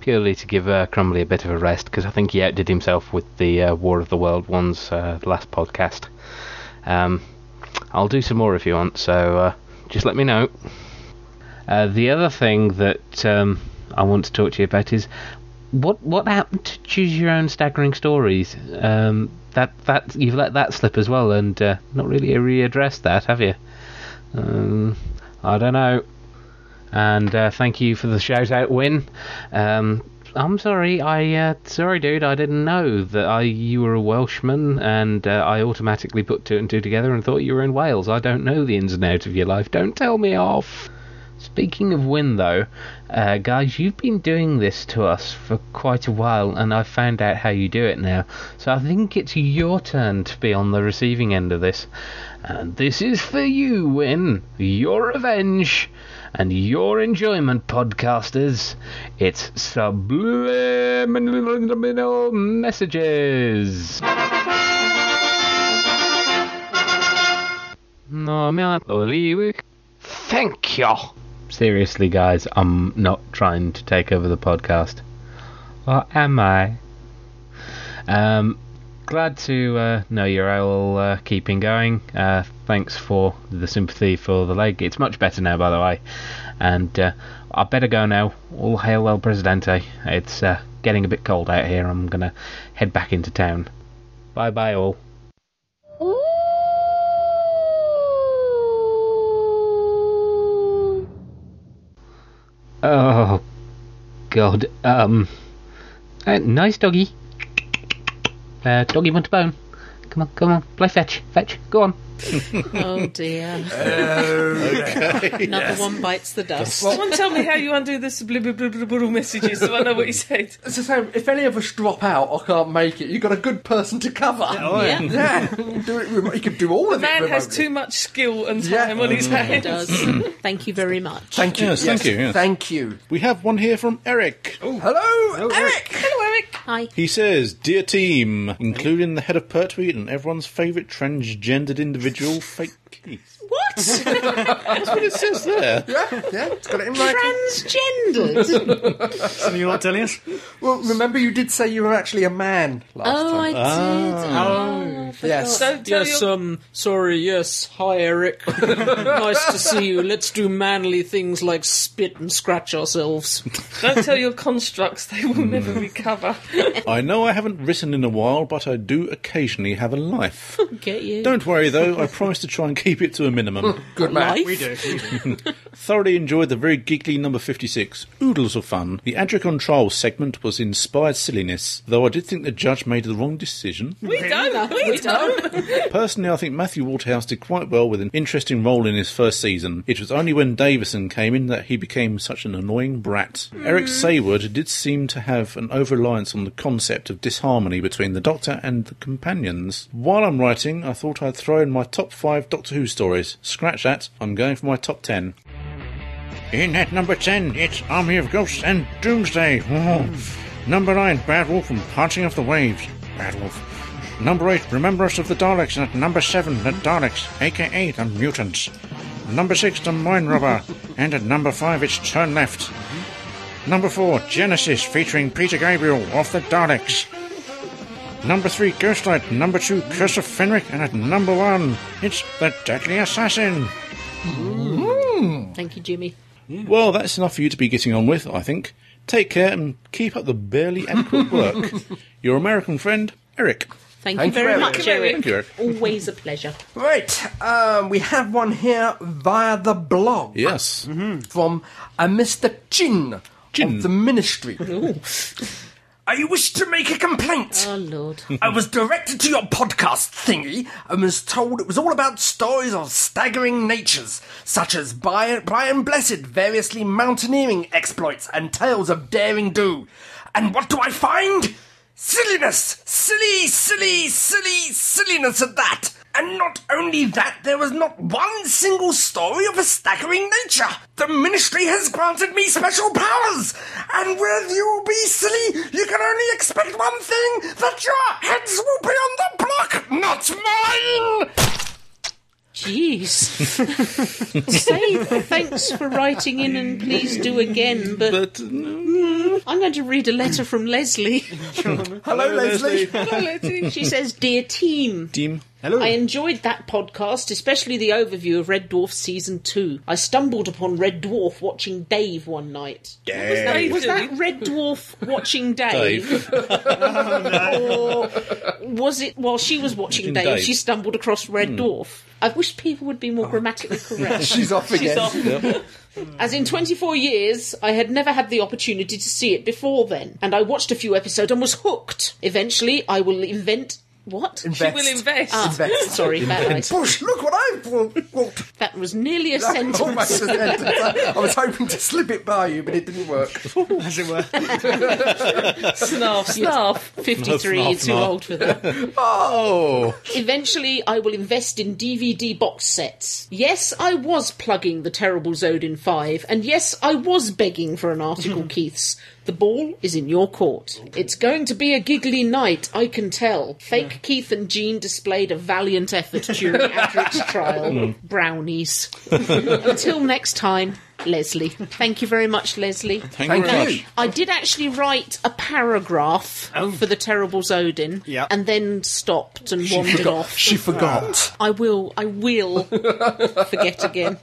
A: purely to give uh, Crumbly a bit of a rest because I think he outdid himself with the uh, War of the World ones uh, last podcast. Um, I'll do some more if you want, so uh, just let me know. Uh, the other thing that um, I want to talk to you about is what what happened to choose your own staggering stories? Um, that that you've let that slip as well, and uh, not really readdressed that, have you? Um, I don't know. And uh, thank you for the shout out, Win. Um, I'm sorry, I uh, sorry, dude, I didn't know that I you were a Welshman, and uh, I automatically put two and two together and thought you were in Wales. I don't know the ins and outs of your life. Don't tell me off. Speaking of Win, though, uh, guys, you've been doing this to us for quite a while, and I've found out how you do it now. So I think it's your turn to be on the receiving end of this. And this is for you, Win. Your revenge and your enjoyment, podcasters. It's subliminal messages. <laughs> No, I'm not leaving. Thank you. Seriously, guys, I'm not trying to take over the podcast. Or am I? Um, glad to uh, know you're all uh, keeping going. Uh, thanks for the sympathy for the leg. It's much better now, by the way. And uh, I better go now. All hail El Presidente. It's uh, getting a bit cold out here. I'm gonna head back into town. Bye bye, all. Oh, God. Um. uh, nice doggy. Uh, doggy want a bone. Come on, come on. Play fetch. Fetch. Go on.
C: <laughs> Oh
E: <laughs>
C: dear. Another one bites the dust.
F: Someone tell me how you undo the subliminal messages so I know
C: <laughs>
F: what you said.
E: It's the same. If any of us drop out or can't make it, you've got a good person to cover.
C: yeah,
E: Yeah, do it remo- you could do all
F: The
E: of it.
F: man has
E: remotely.
F: too much skill and
E: Yeah. Mm.
F: time on his
C: it
F: hands.
C: does.
E: <clears throat>
C: Thank you very much.
E: Thank you.
B: Yes, thank you, yes.
E: Thank you. Oh,
B: We have one here from Eric.
E: Hello, Eric.
F: Hello, Eric.
C: Hi.
B: He says, Dear team, including the head of Pertwee and everyone's favourite transgendered individual, Fake
F: <laughs>
B: Keith.
E: <laughs>
C: What?
B: That's what it says there.
E: Yeah, yeah, it's got it in writing.
C: Transgendered.
D: Something you're not telling us?
E: Well, remember you did say you were actually a man last
C: Oh, I
E: time.
C: did. Oh, I
E: Yes.
C: forgot.
F: Don't tell your...
K: um, sorry, yes. Hi, Eric. <laughs> nice to see you. Let's do manly things like spit and scratch ourselves.
F: Don't tell your constructs; they will never recover.
B: I know I haven't written in a while, but I do occasionally have a life.
C: Get you.
B: Don't worry though, I promise to try and keep it to a
D: <laughs>
B: minimum.
E: Good man.
K: Life?
D: We do. We do.
B: <laughs> Thoroughly enjoyed the very geekly number 56. Oodles of fun. The Adricon trial segment was inspired silliness, though I did think the judge made the wrong decision.
F: We don't. We, don't.
B: Personally, I think Matthew Waterhouse did quite well with an interesting role in his first season. It was only when Davison came in that he became such an annoying brat. Eric Sayward did seem to have an over reliance on the concept of disharmony between the Doctor and the companions. While I'm writing, I thought I'd throw in my top five Doctor Who stories. Scratch that, I'm going for my top ten.
G: In at number 10, it's Army of Ghosts and Doomsday. Oh. Number 9, Bad Wolf and Parting of the Waves. Bad Wolf. Number 8, Remembrance of the Daleks. And at number 7, The Daleks, aka The Mutants. Number 6, The Mine Robber. and at number 5, it's Turn Left. Number 4, Genesis featuring Peter Gabriel of The Daleks. Number 3, Ghostlight. Number 2, Curse of Fenric. And at number 1, it's The Deadly Assassin.
C: Thank you, Jimmy.
B: Well, that's enough for you to be getting on with, I think. Take care and keep up the barely
C: <laughs>
B: adequate work. Your American friend, Eric.
C: Thank,
E: Thank
C: you very
E: you,
F: Eric.
C: much, Eric.
B: Thank you, Eric.
C: Always a pleasure.
E: Right, um, we have one here via the blog Mm-hmm.
B: Yes.
E: from a Mr. Chin,
B: Chin.
E: of
C: <laughs>
E: the ministry. I wish to make a complaint.
C: Oh, Lord.
E: <laughs> I was directed to your podcast thingy and was told it was all about stories of staggering natures, such as Brian, Brian Blessed, variously mountaineering exploits, and tales of daring do. And what do I find? Silliness! Silly, silly, silly, silliness at that! And not only that, there was not one single story of a staggering nature. The ministry has granted me special powers, and with you be silly, you can only expect one thing: that your heads will be on the block, not mine.
C: Jeez. Say thanks for writing in and please do again, but
B: But mm,
C: <laughs> I'm going to read a letter from Leslie.
E: <laughs> Hello, Leslie.
C: Hello, Leslie. She says, Dear team,
B: team.
D: Hello.
C: I enjoyed that podcast, especially the overview of Red Dwarf season two. I stumbled upon Red Dwarf watching Dave one night. What was, that,
B: Dave.
C: was that Red Dwarf watching Dave? Or was it while she was watching
B: Watching
C: Dave,
B: Dave.
C: she stumbled across Red Dwarf? I wish people would be more grammatically correct.
E: Oh. <laughs> She's off again.
C: As in 24 years, I had never had the opportunity to see it before then, and I watched a few episodes and was hooked. Eventually, I will invent. What? Ah,
E: Invest. She will invest. Invest.
C: Sorry, bad eyes.
E: Bush, look what I've bought. bought.
C: That was nearly a
E: Almost a
C: sentence. <laughs>
E: sentence. I I was hoping to slip it by you, but it didn't work.
D: As it were.
F: Snarf, snarf.
C: 53,
B: Snuff,
C: you're too
B: snuff.
C: old for that.
B: Oh,
C: Eventually, I will invest in DVD box sets. Yes, I was plugging the terrible Zodin 5, and yes, I was begging for an
B: <laughs>
C: article, Keith's. The ball is in your court. It's going to be a giggly night, I can tell. Fake Keith and Jean displayed a valiant effort
B: <laughs>
C: during Adric's
B: Hmm.
C: trial. Brownies. Until next time, Leslie. Thank you very much, Leslie.
B: thank, you very
E: you.
B: much. Oh.
C: I did actually write a paragraph for the terrible Zodin,
D: Yep.
C: and then stopped and
E: She
C: wandered
E: forgot.
C: off.
E: She forgot.
C: I will, I will forget again.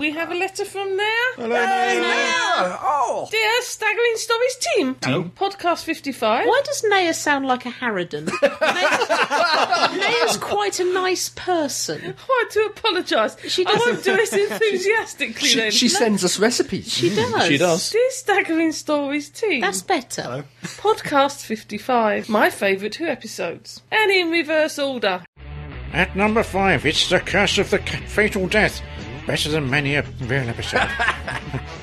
F: We have a letter from there.
E: Yeah. Oh.
F: Dear Staggering Stories team, podcast 55.
C: Why does Naya sound like a Harridan? Naya- Naya's quite a nice person.
F: I do apologise.
C: She
F: I won't
C: doesn't-
F: do it enthusiastically
E: She,
F: then.
E: she sends us recipes.
C: She does.
B: Mm-hmm. She does.
F: Dear Staggering Stories team,
C: That's better.
F: podcast 55. My favourite two episodes. And in reverse order.
G: At number five, it's the curse of the c- fatal death. Better than many a
E: <laughs>
G: real episode.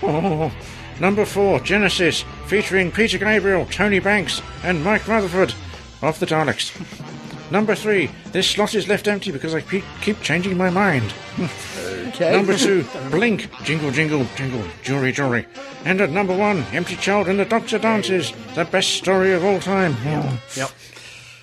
G: oh. Number four, Genesis, featuring Peter Gabriel, Tony Banks, and Mike Rutherford of the Daleks. <laughs> Number three, this slot is left empty because I pe- keep changing my mind.
E: Okay.
G: Number
E: <laughs>
G: two, Blink, Jingle Jingle Jingle, Jewelry Jewelry. And at number one, Empty Child and the Doctor Dances, the best story of all time. Oh.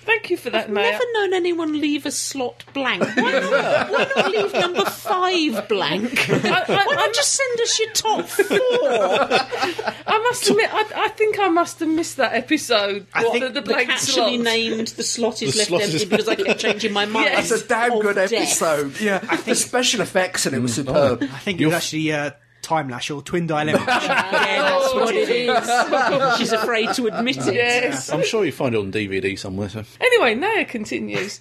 F: Thank you for that, Maya.
C: Never known anyone leave a slot blank. Why not, why not leave number five blank?
F: I, I,
C: Why
F: I
C: not
F: must,
C: just send us your top four?
F: I must admit, I, I think I must have missed that episode.
D: I
F: What,
D: think
F: the, the
C: That
F: blank
C: actually
F: slot.
C: named the slot is
B: The
C: left
B: slot
C: empty
B: is-
C: because I kept changing my mind. Oh,
F: Yes.
E: It's a damn <laughs>
C: Of
E: good
C: death.
E: episode. Yeah. the special effects in it
B: Mm,
E: was
B: oh.
E: superb.
D: I think it was actually uh, Time Lash or Twin Dilemma.
E: <laughs>
C: Yeah, that's what it is. Oh, She's afraid to admit it.
F: Yes.
B: I'm sure you find it on DVD somewhere. So.
F: <laughs> Anyway, Naya continues.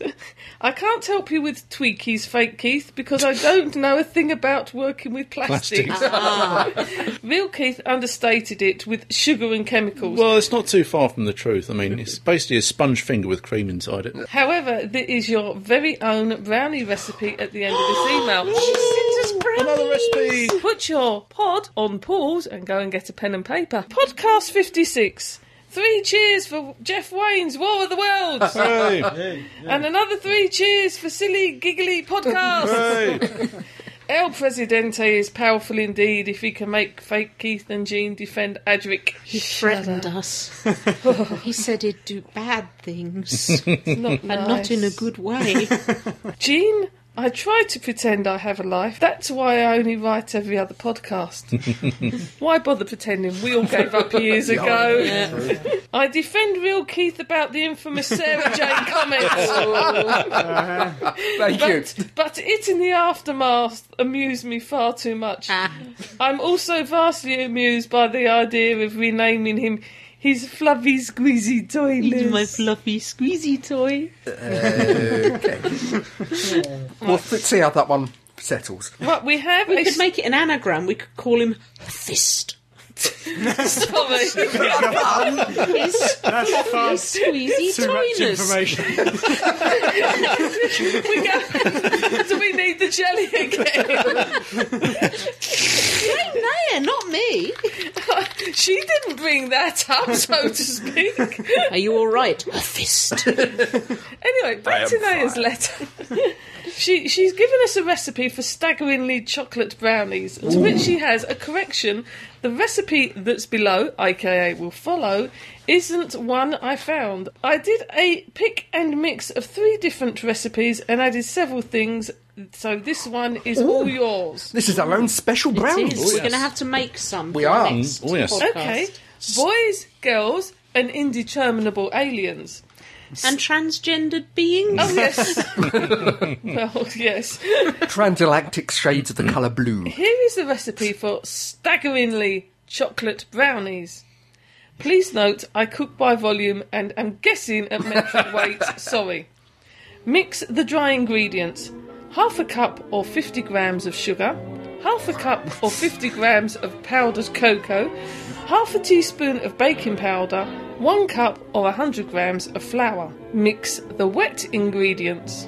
F: I can't help you with Tweaky's fake Keith because I don't know a thing about working with plastics. <laughs> Real Keith understated it with sugar and chemicals.
B: Well, it's not too far from the truth. I mean, it's basically a sponge finger with cream inside it.
F: However, there is your very own brownie recipe at the end of this
C: <gasps>
F: email.
B: Another recipe.
F: Put your pod on pause and go and get a pen and paper. Podcast 56. Three cheers for Jeff Wayne's War of the Worlds.
B: <laughs> Hey,
F: <laughs> And another three cheers for silly, giggly podcasts.
B: hey.
F: <laughs> El Presidente is powerful indeed if he can make fake Keith and Jean defend Adric.
C: He threatened us.
F: <laughs>
C: he said he'd do bad things,
F: Not
C: <laughs> and not in a good way.
F: <laughs> Jean, I try to pretend I have a life. That's why I only write every other
C: <laughs>
F: podcast. why bother pretending? We all gave up years ago. <laughs> I defend real Keith about the infamous Sarah
C: <laughs>
F: Jane comments.
E: <laughs> Thank you.
F: But, but it in the aftermath amused me far too much.
C: Ah.
F: I'm also vastly amused by the idea of renaming him his fluffy squeezy toy
C: He's
F: Liz.
C: my fluffy, squeezy toy.
E: <laughs> We'll f- see how that one settles.
F: Right, we have a
C: We could make it an anagram. We could call him Fist.
F: story.
C: His
D: That's far
C: squeezy
D: too much
C: toyness. <laughs>
D: information.
F: we go- <laughs> Do we need the jelly again?
C: <laughs> Hey, Naya, not me.
F: <laughs> she didn't bring that up, so to speak.
C: Are you all right?
F: <laughs>
C: Fist.
F: Anyway, back to Naya's letter.
C: <laughs>
F: she she's given us a recipe for staggeringly chocolate brownies, to which she has a correction. The recipe that's below, aka will follow, isn't one I found. I did a pick and mix of three different recipes and added several things, so this one is all yours.
E: This is our own special brownies.
C: We're going to
E: <laughs>
C: have to make some.
E: We
C: for the
E: are.
C: next
B: Oh, yes.
C: podcast.
F: Okay. Boys, girls, and indeterminable aliens.
C: and transgendered beings.
F: Oh,
C: <laughs>
F: yes. oh, yes.
E: Transgalactic shades of the colour blue.
C: <laughs>
F: Here is the recipe for staggeringly chocolate brownies. Please note, I cook by volume and am guessing at metric weight. Sorry. Mix the dry ingredients half a cup or 50 grams of sugar, half a cup or 50 grams of powdered cocoa, half a teaspoon of baking powder, one cup or 100 grams of flour. Mix the wet ingredients.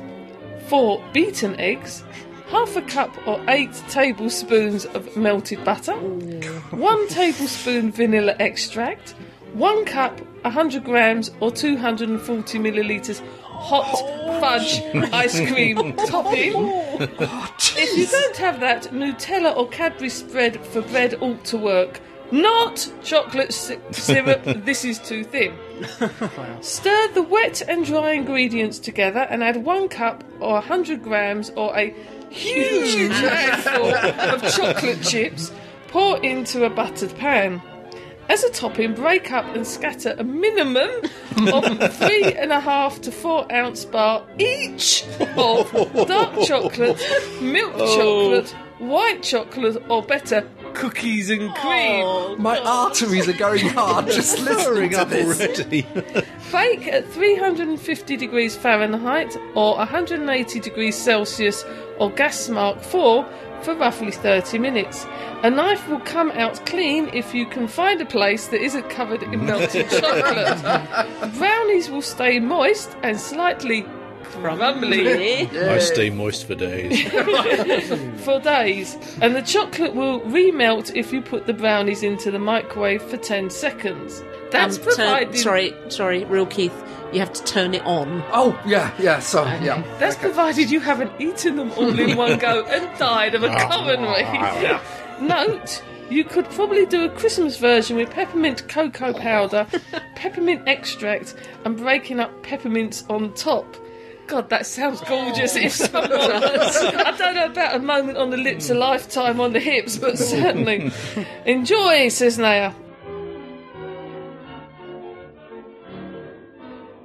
F: 4 beaten eggs, half a cup or 8 tablespoons of melted butter, 1 tablespoon vanilla extract, 1 cup, 100 grams or 240 millilitres hot fudge ice <laughs> cream topping. If you don't have that, Nutella or Cadbury spread for bread ought to work. Not chocolate si- syrup, this is too thin. Stir the wet and dry ingredients together and add one cup or 100 grams or a huge handful of chocolate chips. Pour into a buttered pan. As a topping, break up and scatter a minimum of three and a half to four ounce bar each of dark chocolate, milk chocolate, white chocolate, or better, cookies and cream.
E: My arteries are going hard <laughs> just listening to this.
F: Bake at 350 degrees Fahrenheit or 180 degrees Celsius or gas mark 4 for roughly 30 minutes. A knife will come out clean if you can find a place that isn't covered in melted chocolate. Brownies will stay moist and slightly
B: <laughs>
F: crumbly
B: I stay moist for days.
F: for days, and the chocolate will remelt if you put the brownies into the microwave for 10 seconds. That's
C: Um, turn-
F: provided.
C: sorry, sorry, real Keith. You have to turn it on.
E: Oh, yeah, yeah, so, yeah.
F: That's provided you haven't eaten them all in one go and died of a coronary. Note, you could probably do a Christmas version with peppermint cocoa powder, peppermint extract, and breaking up peppermints on top. God, that sounds gorgeous if someone I don't know about a moment on the lips, a lifetime on the hips, but certainly. Enjoy, says Naya.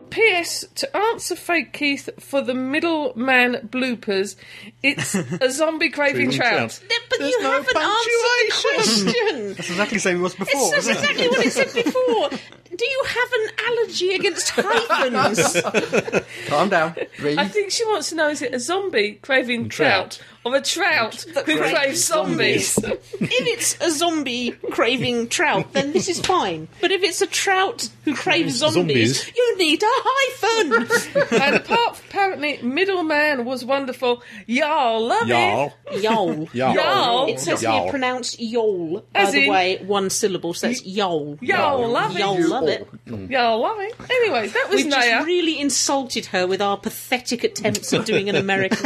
F: P.S. To answer Fake Keith for the middleman bloopers, it's a zombie craving trout.
C: But you haven't answered the
D: <laughs>
C: question.
D: That's exactly the same it was before.
C: It's
D: isn't it?
C: exactly what it said before. Do you have an allergy against hyphens?
E: Calm down, breathe.
F: I <laughs> think she wants to know is it a zombie craving trout, or a trout that who craves zombies?
C: <laughs> if it's a zombie craving trout, then this is fine. But if it's a trout who craves zombies,
B: Zombies.
C: you need a hyphen.
F: and apart, apparently, middleman was wonderful. <laughs> Y'all love it.
B: Y'all.
C: Yol.
B: Y'all.
F: Y'all.
C: It says
B: Y'all.
C: here pronounced yol. By
F: As
C: the
F: in-
C: way, one syllable, so that's yol.
F: Y'all love it. Mm.
C: Y'all love it.
F: Y'all love it. Anyway, that was
C: We've
F: Naya.
C: just really insulted her with our pathetic attempts at doing an American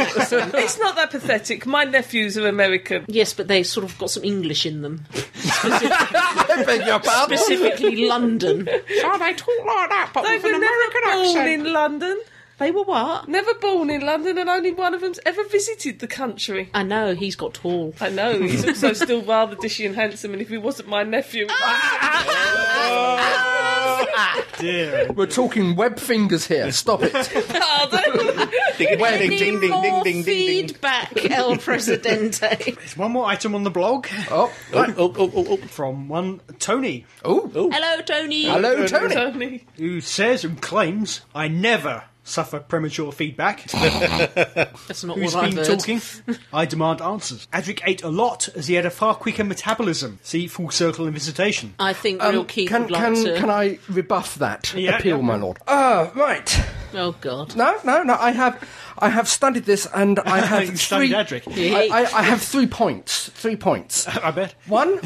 F: <laughs>
C: accent.
F: it's not that pathetic. My nephews are American.
C: Yes, but they've sort of
F: <laughs>
C: got some English in them.
E: <laughs> I beg your pardon.
C: Specifically London.
K: Oh, they talk like that, but
F: They
K: with an
F: were never
K: American
F: born
K: accent.
F: in London.
C: They were what?
F: Never born in London, and only one of them's ever visited the country.
C: I know, he's got tall.
F: I know, he's also still rather dishy and handsome, and if he wasn't my nephew.
C: Ah!
F: <laughs> Ah!
D: Dear.
E: We're talking web fingers here. Stop
C: <laughs>
E: it.
F: Pardon?
B: Where
C: Any more feedback, El Presidente.
D: There's one more item on the blog
E: Oh,
B: Oh, oh, oh, oh, oh.
D: from one Tony,
E: <laughs> oh.
C: Hello, Tony.
E: Hello, Tony.
F: Tony.
D: who says and claims, I never suffer premature
E: <laughs>
D: feedback.
C: That's not
D: Who's
C: what I've
D: been
C: heard.
D: talking? I demand answers. Adric ate a lot as he had a far quicker metabolism. See full circle in visitation.
C: I think real
E: Um,
C: Keith
E: can
C: would like
E: can
C: to.
E: can I rebuff that
D: Yeah,
E: appeal,
D: yeah.
E: my lord? Uh, right.
C: Oh God.
E: No, no, no. I have I have studied this,
D: <laughs>
E: and I have
D: You
E: three.
D: studied Adric.
E: I, I, I have three points. Three
D: <laughs>
E: points.
D: I bet.
E: One,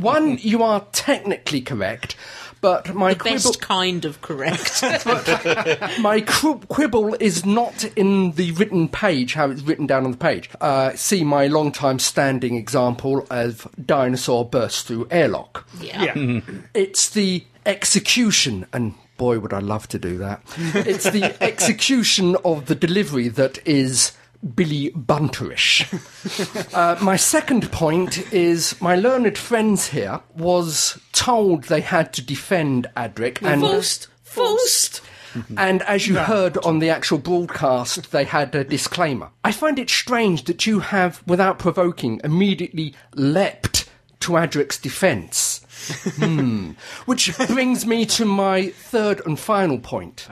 E: one. You are technically correct, but my quibble,
C: Best kind of correct.
E: <laughs> my cru- quibble is not in the written page, how it's written down on the page. Uh, see my long time standing example of dinosaur burst through airlock.
C: yeah.
E: It's the execution, and boy, would I love to do that. It's the execution of the delivery that is Billy Bunterish. Uh, my second point is my learned friends here was told they had to defend Adric and
F: Forced. Forced.
E: And as you heard on the actual broadcast, they had a disclaimer. I find it strange that you have, without provoking, immediately leapt to Adric's defence. Hmm. Which brings me to my third and final point.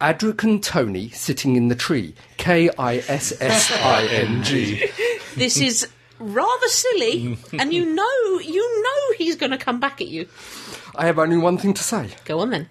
E: Adric and Tony sitting in the tree. K I S S I
C: <laughs>
E: N G.
C: This is rather
E: <laughs>
C: silly, and you know, you know he's going to come back at you.
E: I have only one thing to say.
C: Go on then.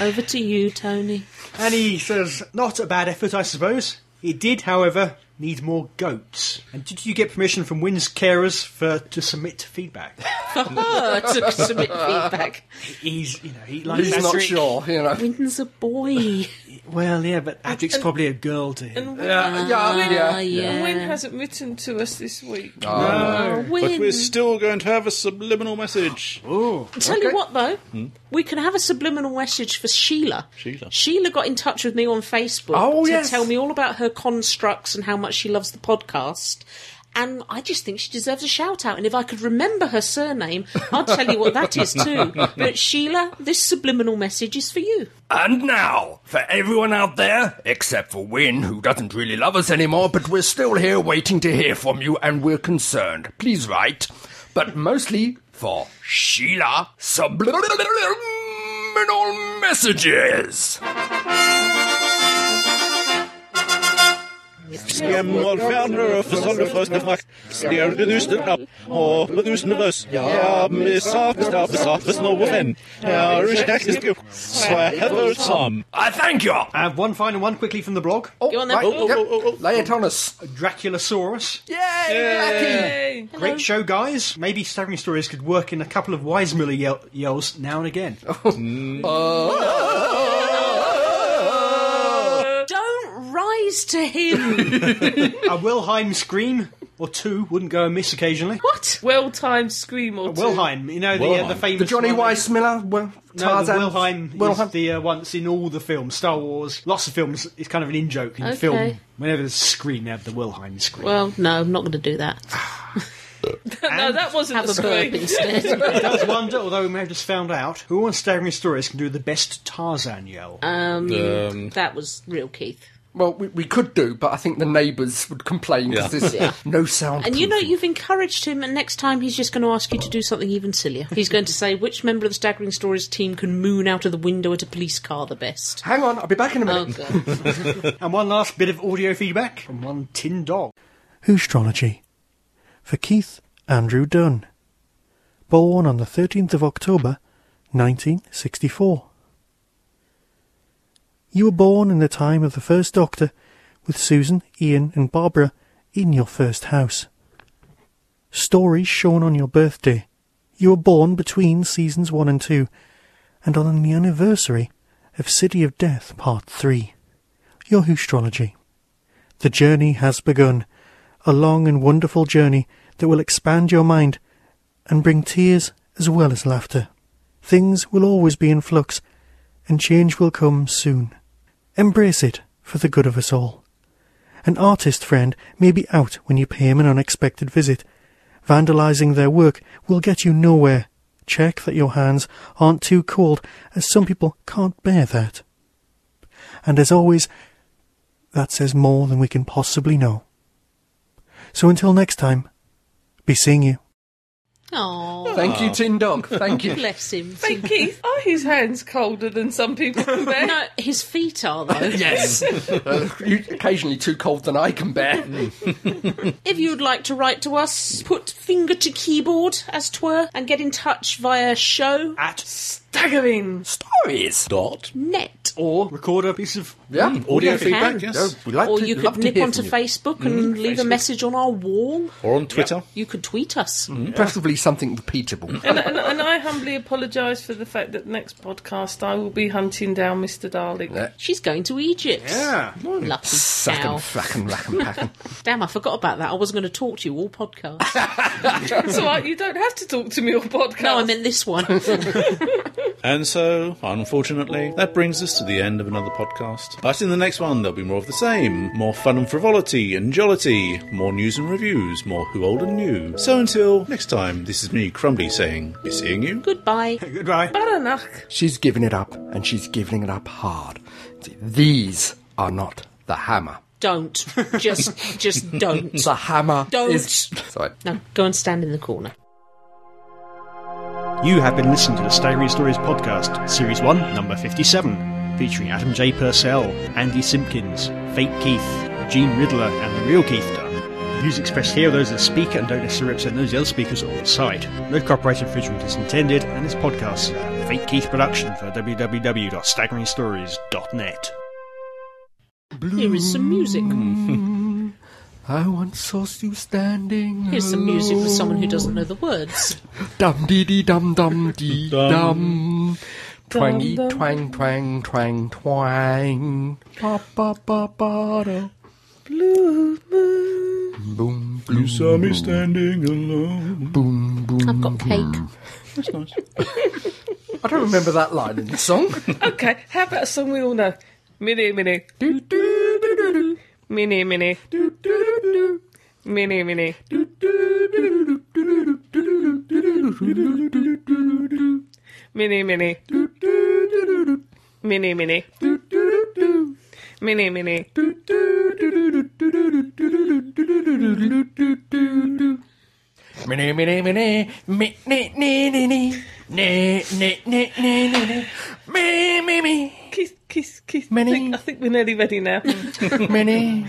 C: Over to you, Tony.
D: And he says, not a bad effort, I suppose. It did, however, need more goats. And did you get permission from Wynn's carers for to submit
E: <laughs>
D: feedback?
C: to submit feedback.
D: He's, you know, he likes
E: He's not
D: Adric.
E: sure, you know.
C: Wynn's a boy.
D: <laughs> Well, yeah, but Adric's probably a girl to him.
F: And
E: Yeah, yeah, yeah.
F: Wynne
C: yeah.
F: hasn't written to us this week.
C: Oh,
B: But we're
C: Wynn.
B: still going to have a subliminal message.
D: Oh,
C: Tell you what, though, we can have a subliminal message for Sheila.
B: Hmm. Sheila.
C: Sheila got in touch with me on Facebook
E: Oh,
C: to
E: yes.
C: tell me all about her constructs and how much she loves the podcast. And I just think she deserves a shout out. And if I could remember her surname, I'll tell you what that is too. But Sheila, this subliminal message is for you.
E: And now, for everyone out there, except for Wynne, who doesn't really love us anymore, but we're still here waiting to hear from you and we're concerned, please write. But mostly for Sheila, subliminal messages.
B: Skrämmor färnor och förhållningsförsta makt. Sker du nu snabbt och du snabbt. Jag blir saknad för saknas någon vän. Jag är stärkt i grupp. Sväver som.
E: I thank you.
D: I have one final one quickly from the blog.
C: Go on then.
E: Yep. Lay it on us.
D: Draculasaurus.
F: Yay.
D: Great show, guys. Maybe Staggering Stories could work in a couple of Weismiller yell- yells now and again.
E: Oh.
C: Don't rise to him.
D: <laughs> <laughs> a Wilhelm scream or two wouldn't go amiss occasionally.
C: what?
F: Well timed scream or two.
D: Wilhelm, you know, the, uh, the
F: <laughs>
B: Wilhelm.
D: famous.
E: The Johnny
D: one that-
E: Weiss Miller,
D: <laughs>
E: well,
D: No, the
E: Tarzan.
D: Wilhelm,
E: Wilhelm.
D: is the uh, one that's in all the films, Star Wars, lots of films. It's kind of an in joke in
C: Okay.
D: film. Whenever there's a scream, they have the Wilhelm scream.
C: Well, no, I'm not going to do that.
F: No, that wasn't
C: Have
F: the
C: a burp
F: scream.
C: instead.
D: <laughs> it does wonder, although we may have just found out, who on Staggering Stories can do the best Tarzan yell.
E: Um,
C: that was real Keith.
E: Well, we, we could do, but I think the neighbours would complain because there's no sound.
C: And you know, you've encouraged him, and next time he's just going to ask you to do something even sillier. He's going to say which member of the Staggering Stories team can moon out of the window at a police car the best.
E: Hang on, I'll be back in a
C: Oh,
E: minute.
C: God.
D: <laughs> And one last bit of audio feedback from one tin dog. Hoostrology for Keith Andrew Dunn. Born on the 13th of October 1964. You were born in the time of the first Doctor with Susan, Ian, and Barbara in your first house. Stories shown on your birthday. You were born between seasons 1 and 2 and on the anniversary of City of Death Part 3 your Hoostrology. The journey has begun, a long and wonderful journey that will expand your mind and bring tears as well as laughter. Things will always be in flux, and change will come soon. Embrace it for the good of us all. An artist friend may be out when you pay him an unexpected visit. Vandalizing their work will get you nowhere. Check that your hands aren't too cold, as some people can't bear that. And as always, that says more than we can possibly know. So until next time, be seeing you.
C: Aw,
E: Thank you, Tin Dog.
F: <laughs>
E: Thank you.
C: bless him.
F: But Keith, are his hands colder than some people can bear?
C: No, his feet are though.
E: <laughs> Yes. Uh, you- occasionally too cold than I can bear.
C: <laughs> If you'd like to write to us, put finger to keyboard, as twere, and get in touch via show
F: Staggering.
E: Stories.
B: Dot.
C: net.
D: Or record a piece of. mm,
E: Yeah.
B: Mm, Audio
C: You
B: feedback,
C: can.
B: yes.
E: We'd like
C: or
E: to-
C: you could
E: love to
C: nip
E: hear
C: onto
E: from you.
C: Facebook
F: Mm-hmm.
C: and leave a message on our wall.
B: Or on Twitter.
C: You could tweet us.
E: Mm, Preferably something repeatable.
F: And,
C: <laughs>
F: and, and I humbly apologise for the fact that next podcast I will be hunting down Mr. Dalek.
E: Yeah.
C: She's going to Egypt.
D: Yeah.
C: Lucky
E: Sack
C: cow.
E: and flack and rack and pack. and-
C: <laughs> Damn, I forgot about that. I wasn't going to talk to you
F: <laughs>
C: all podcast. <laughs>
F: It's all right, you don't have to talk to me on podcast. <laughs>
C: No, I meant this one.
B: And so, unfortunately, that brings us to the end of another podcast. But in the next one, there'll be more of the same more fun and frivolity and jollity, more news and reviews, more who old and new. So until next time, this is me, Crumbly, saying, be seeing you.
C: Goodbye.
E: Goodbye.
F: Baranach.
E: She's giving it up, and she's giving it up hard. See, These are not the hammer.
C: Don't. Just, just don't.
E: The hammer
C: Don't.
E: uh, is. Sorry.
C: No, go and stand in the corner.
L: You have been listening to the Staggering Stories podcast, Series 1, Number 57, featuring Adam J. Purcell, Andy Simpkins, Fake Keith, Gene Riddler, and the real Keith Dunn. The views expressed here are those of the speaker and don't necessarily represent those of the other speakers or the site. No copyright infringement is intended, and this podcast is a Fake Keith production for www.staggeringstories.net.
C: Here is some music.
E: <laughs> I once saw you standing.
C: Here's some music for someone who doesn't know the words.
E: Dum dee dee dum
B: <laughs>
E: dum dee
B: Dum.
E: dum. Twangy
F: Dum, dum.
E: twang twang twang twang. Ba ba ba ba da.
F: Blue moon.
E: Boom
B: You
E: boom
B: saw me standing alone.
E: boom boom.
C: I've got cake.
B: That's nice.
E: I don't remember that line in the
B: <laughs>
E: song.
F: <laughs>
E: <laughs>
F: Okay, how about a song we all know? Mini, mini. Mini, mini. Mini, mini. Mini, mini. Mini, mini. Mini, mini.
E: Mini mini mini mi ni ni ni ni ni ni ni ni ni ni mi mi mi
F: Kiss, kiss, kiss.
E: Mini.
F: I think, I think we're nearly ready now.
E: <laughs> mini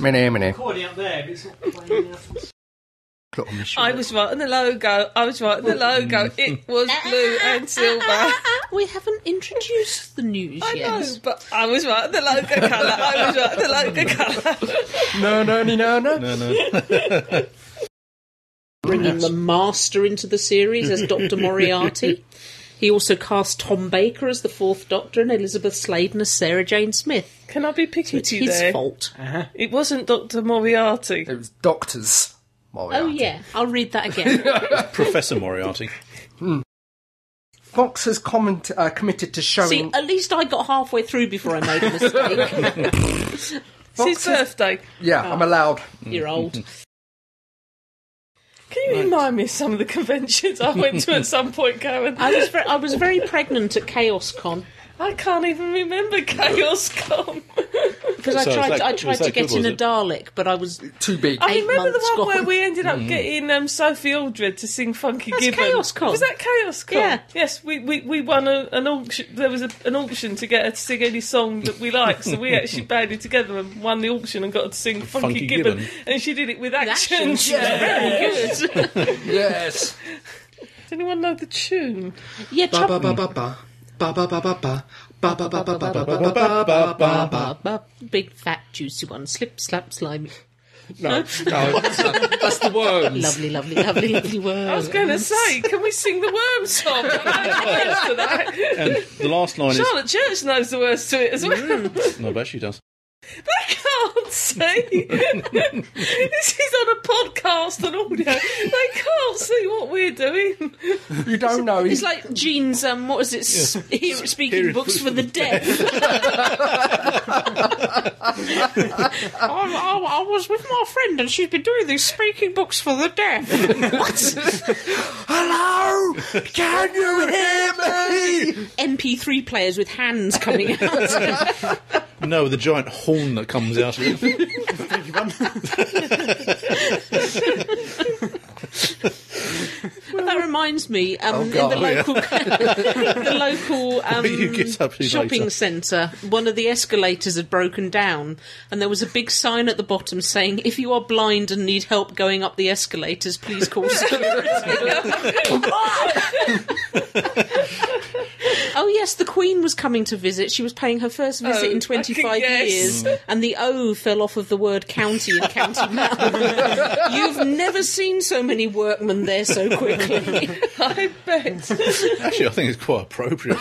E: mini mini.
D: é um
E: Look, I'm sure.
F: I was right on the logo. I was right on the logo. It was blue
C: <laughs>
F: and silver.
C: We haven't introduced the news
F: I
C: yet.
F: know, but I was right. The logo colour. I was right. The logo colour.
E: No no ni, no no.
B: No, no.
C: Bringing the master into the series as Dr.
E: <laughs>
C: Moriarty. He also cast Tom Baker as the fourth Doctor and Elizabeth Sladen as Sarah Jane Smith.
F: Can I be picky
C: <laughs> It's
F: to you
C: his
F: there?
C: fault.
B: Uh-huh.
F: It wasn't Doctor Moriarty.
E: It was doctors. Moriarty.
C: Oh, yeah. I'll read that again.
E: <laughs>
B: Professor Moriarty.
E: Hmm. Fox has comment, uh, committed to
C: See,
E: showing.
C: at least I got halfway through before I made a mistake.
E: <laughs>
C: Oh,
F: It's his birthday.
E: yeah, I'm Ah. allowed.
C: You're old.
F: Can you remind me of some of the <laughs> conventions I went to
B: <laughs>
F: at some point, Karen?
C: I was, very, I was very pregnant at Chaos Con.
F: I can't even remember Chaos
C: <laughs>
F: Con.
C: Because I
B: So is
C: tried,
B: that-
C: I
B: is
C: tried to
B: that
C: get
B: good,
C: in
B: was
C: a
B: it?
C: Dalek, but I was
E: Too big.
F: I
C: Eight
F: remember the
C: months
F: one where
C: gone.
F: we ended
B: Mm.
F: up getting um, Sophie Aldred to sing Funky
C: That's
F: Gibbon.
C: Chaos Con.
F: Was that Chaos Con?
C: Yeah.
F: Yes, we, we, we won a, an auction. There was a, an auction to get her to sing any song that we liked, so we
B: <laughs>
F: actually banded together and won the auction and got her to sing Funky,
B: Funky
F: Gibbon.
B: Gibbon.
F: And she did it with
C: action.
F: actions. <laughs>
C: She was very good.
E: <laughs> yes.
F: Does anyone know the tune?
C: Yeah,
E: Ba ba
C: trouble-
E: ba ba ba ba ba ba ba ba ba ba ba ba ba ba ba ba ba ba ba.
C: Ba, ba, big fat juicy one, slip slap slimy.
E: No, no, that's the- that's the worms.
C: Lovely, lovely, lovely, lovely word.
F: I was going to say, can we sing the worm song? I know the words to that.
B: And the last line is.
F: Charlotte Church knows the words to it as well.
C: Mm.
B: <laughs> No, but she does.
F: <laughs> I can't
E: <laughs>
F: see. this is on a podcast on audio. They can't see what we're doing.
E: You don't know.
C: It's like Jean's, um, what is it, s here, speaking
B: Here-
C: books for the deaf. I, I, I was with my friend and she's been doing these speaking books for the deaf.
E: Hello, can you hear me?
C: MP3 players with hands coming out.
B: No, with the giant horn that comes out of it.
C: That reminds me, um, in
E: God.
C: the local, <laughs> the
B: <laughs>
C: local
B: you get up
C: um,
B: to
C: shopping
B: later.
C: centre, one of the escalators had broken down, and there was a big sign at the bottom saying, "If you are blind and need help going up the escalators,
F: <laughs>
C: please call security." oh yes, the Queen was coming to visit. She was paying her first visit
F: Oh, I
C: in
F: can
C: twenty-five
F: guess. Mm.
C: years, and the O fell off of the word county in County
F: <laughs>
C: Mayo. You've never seen so many workmen there so quickly.
F: <laughs> I bet.
C: <laughs>
B: Actually, I think it's quite appropriate.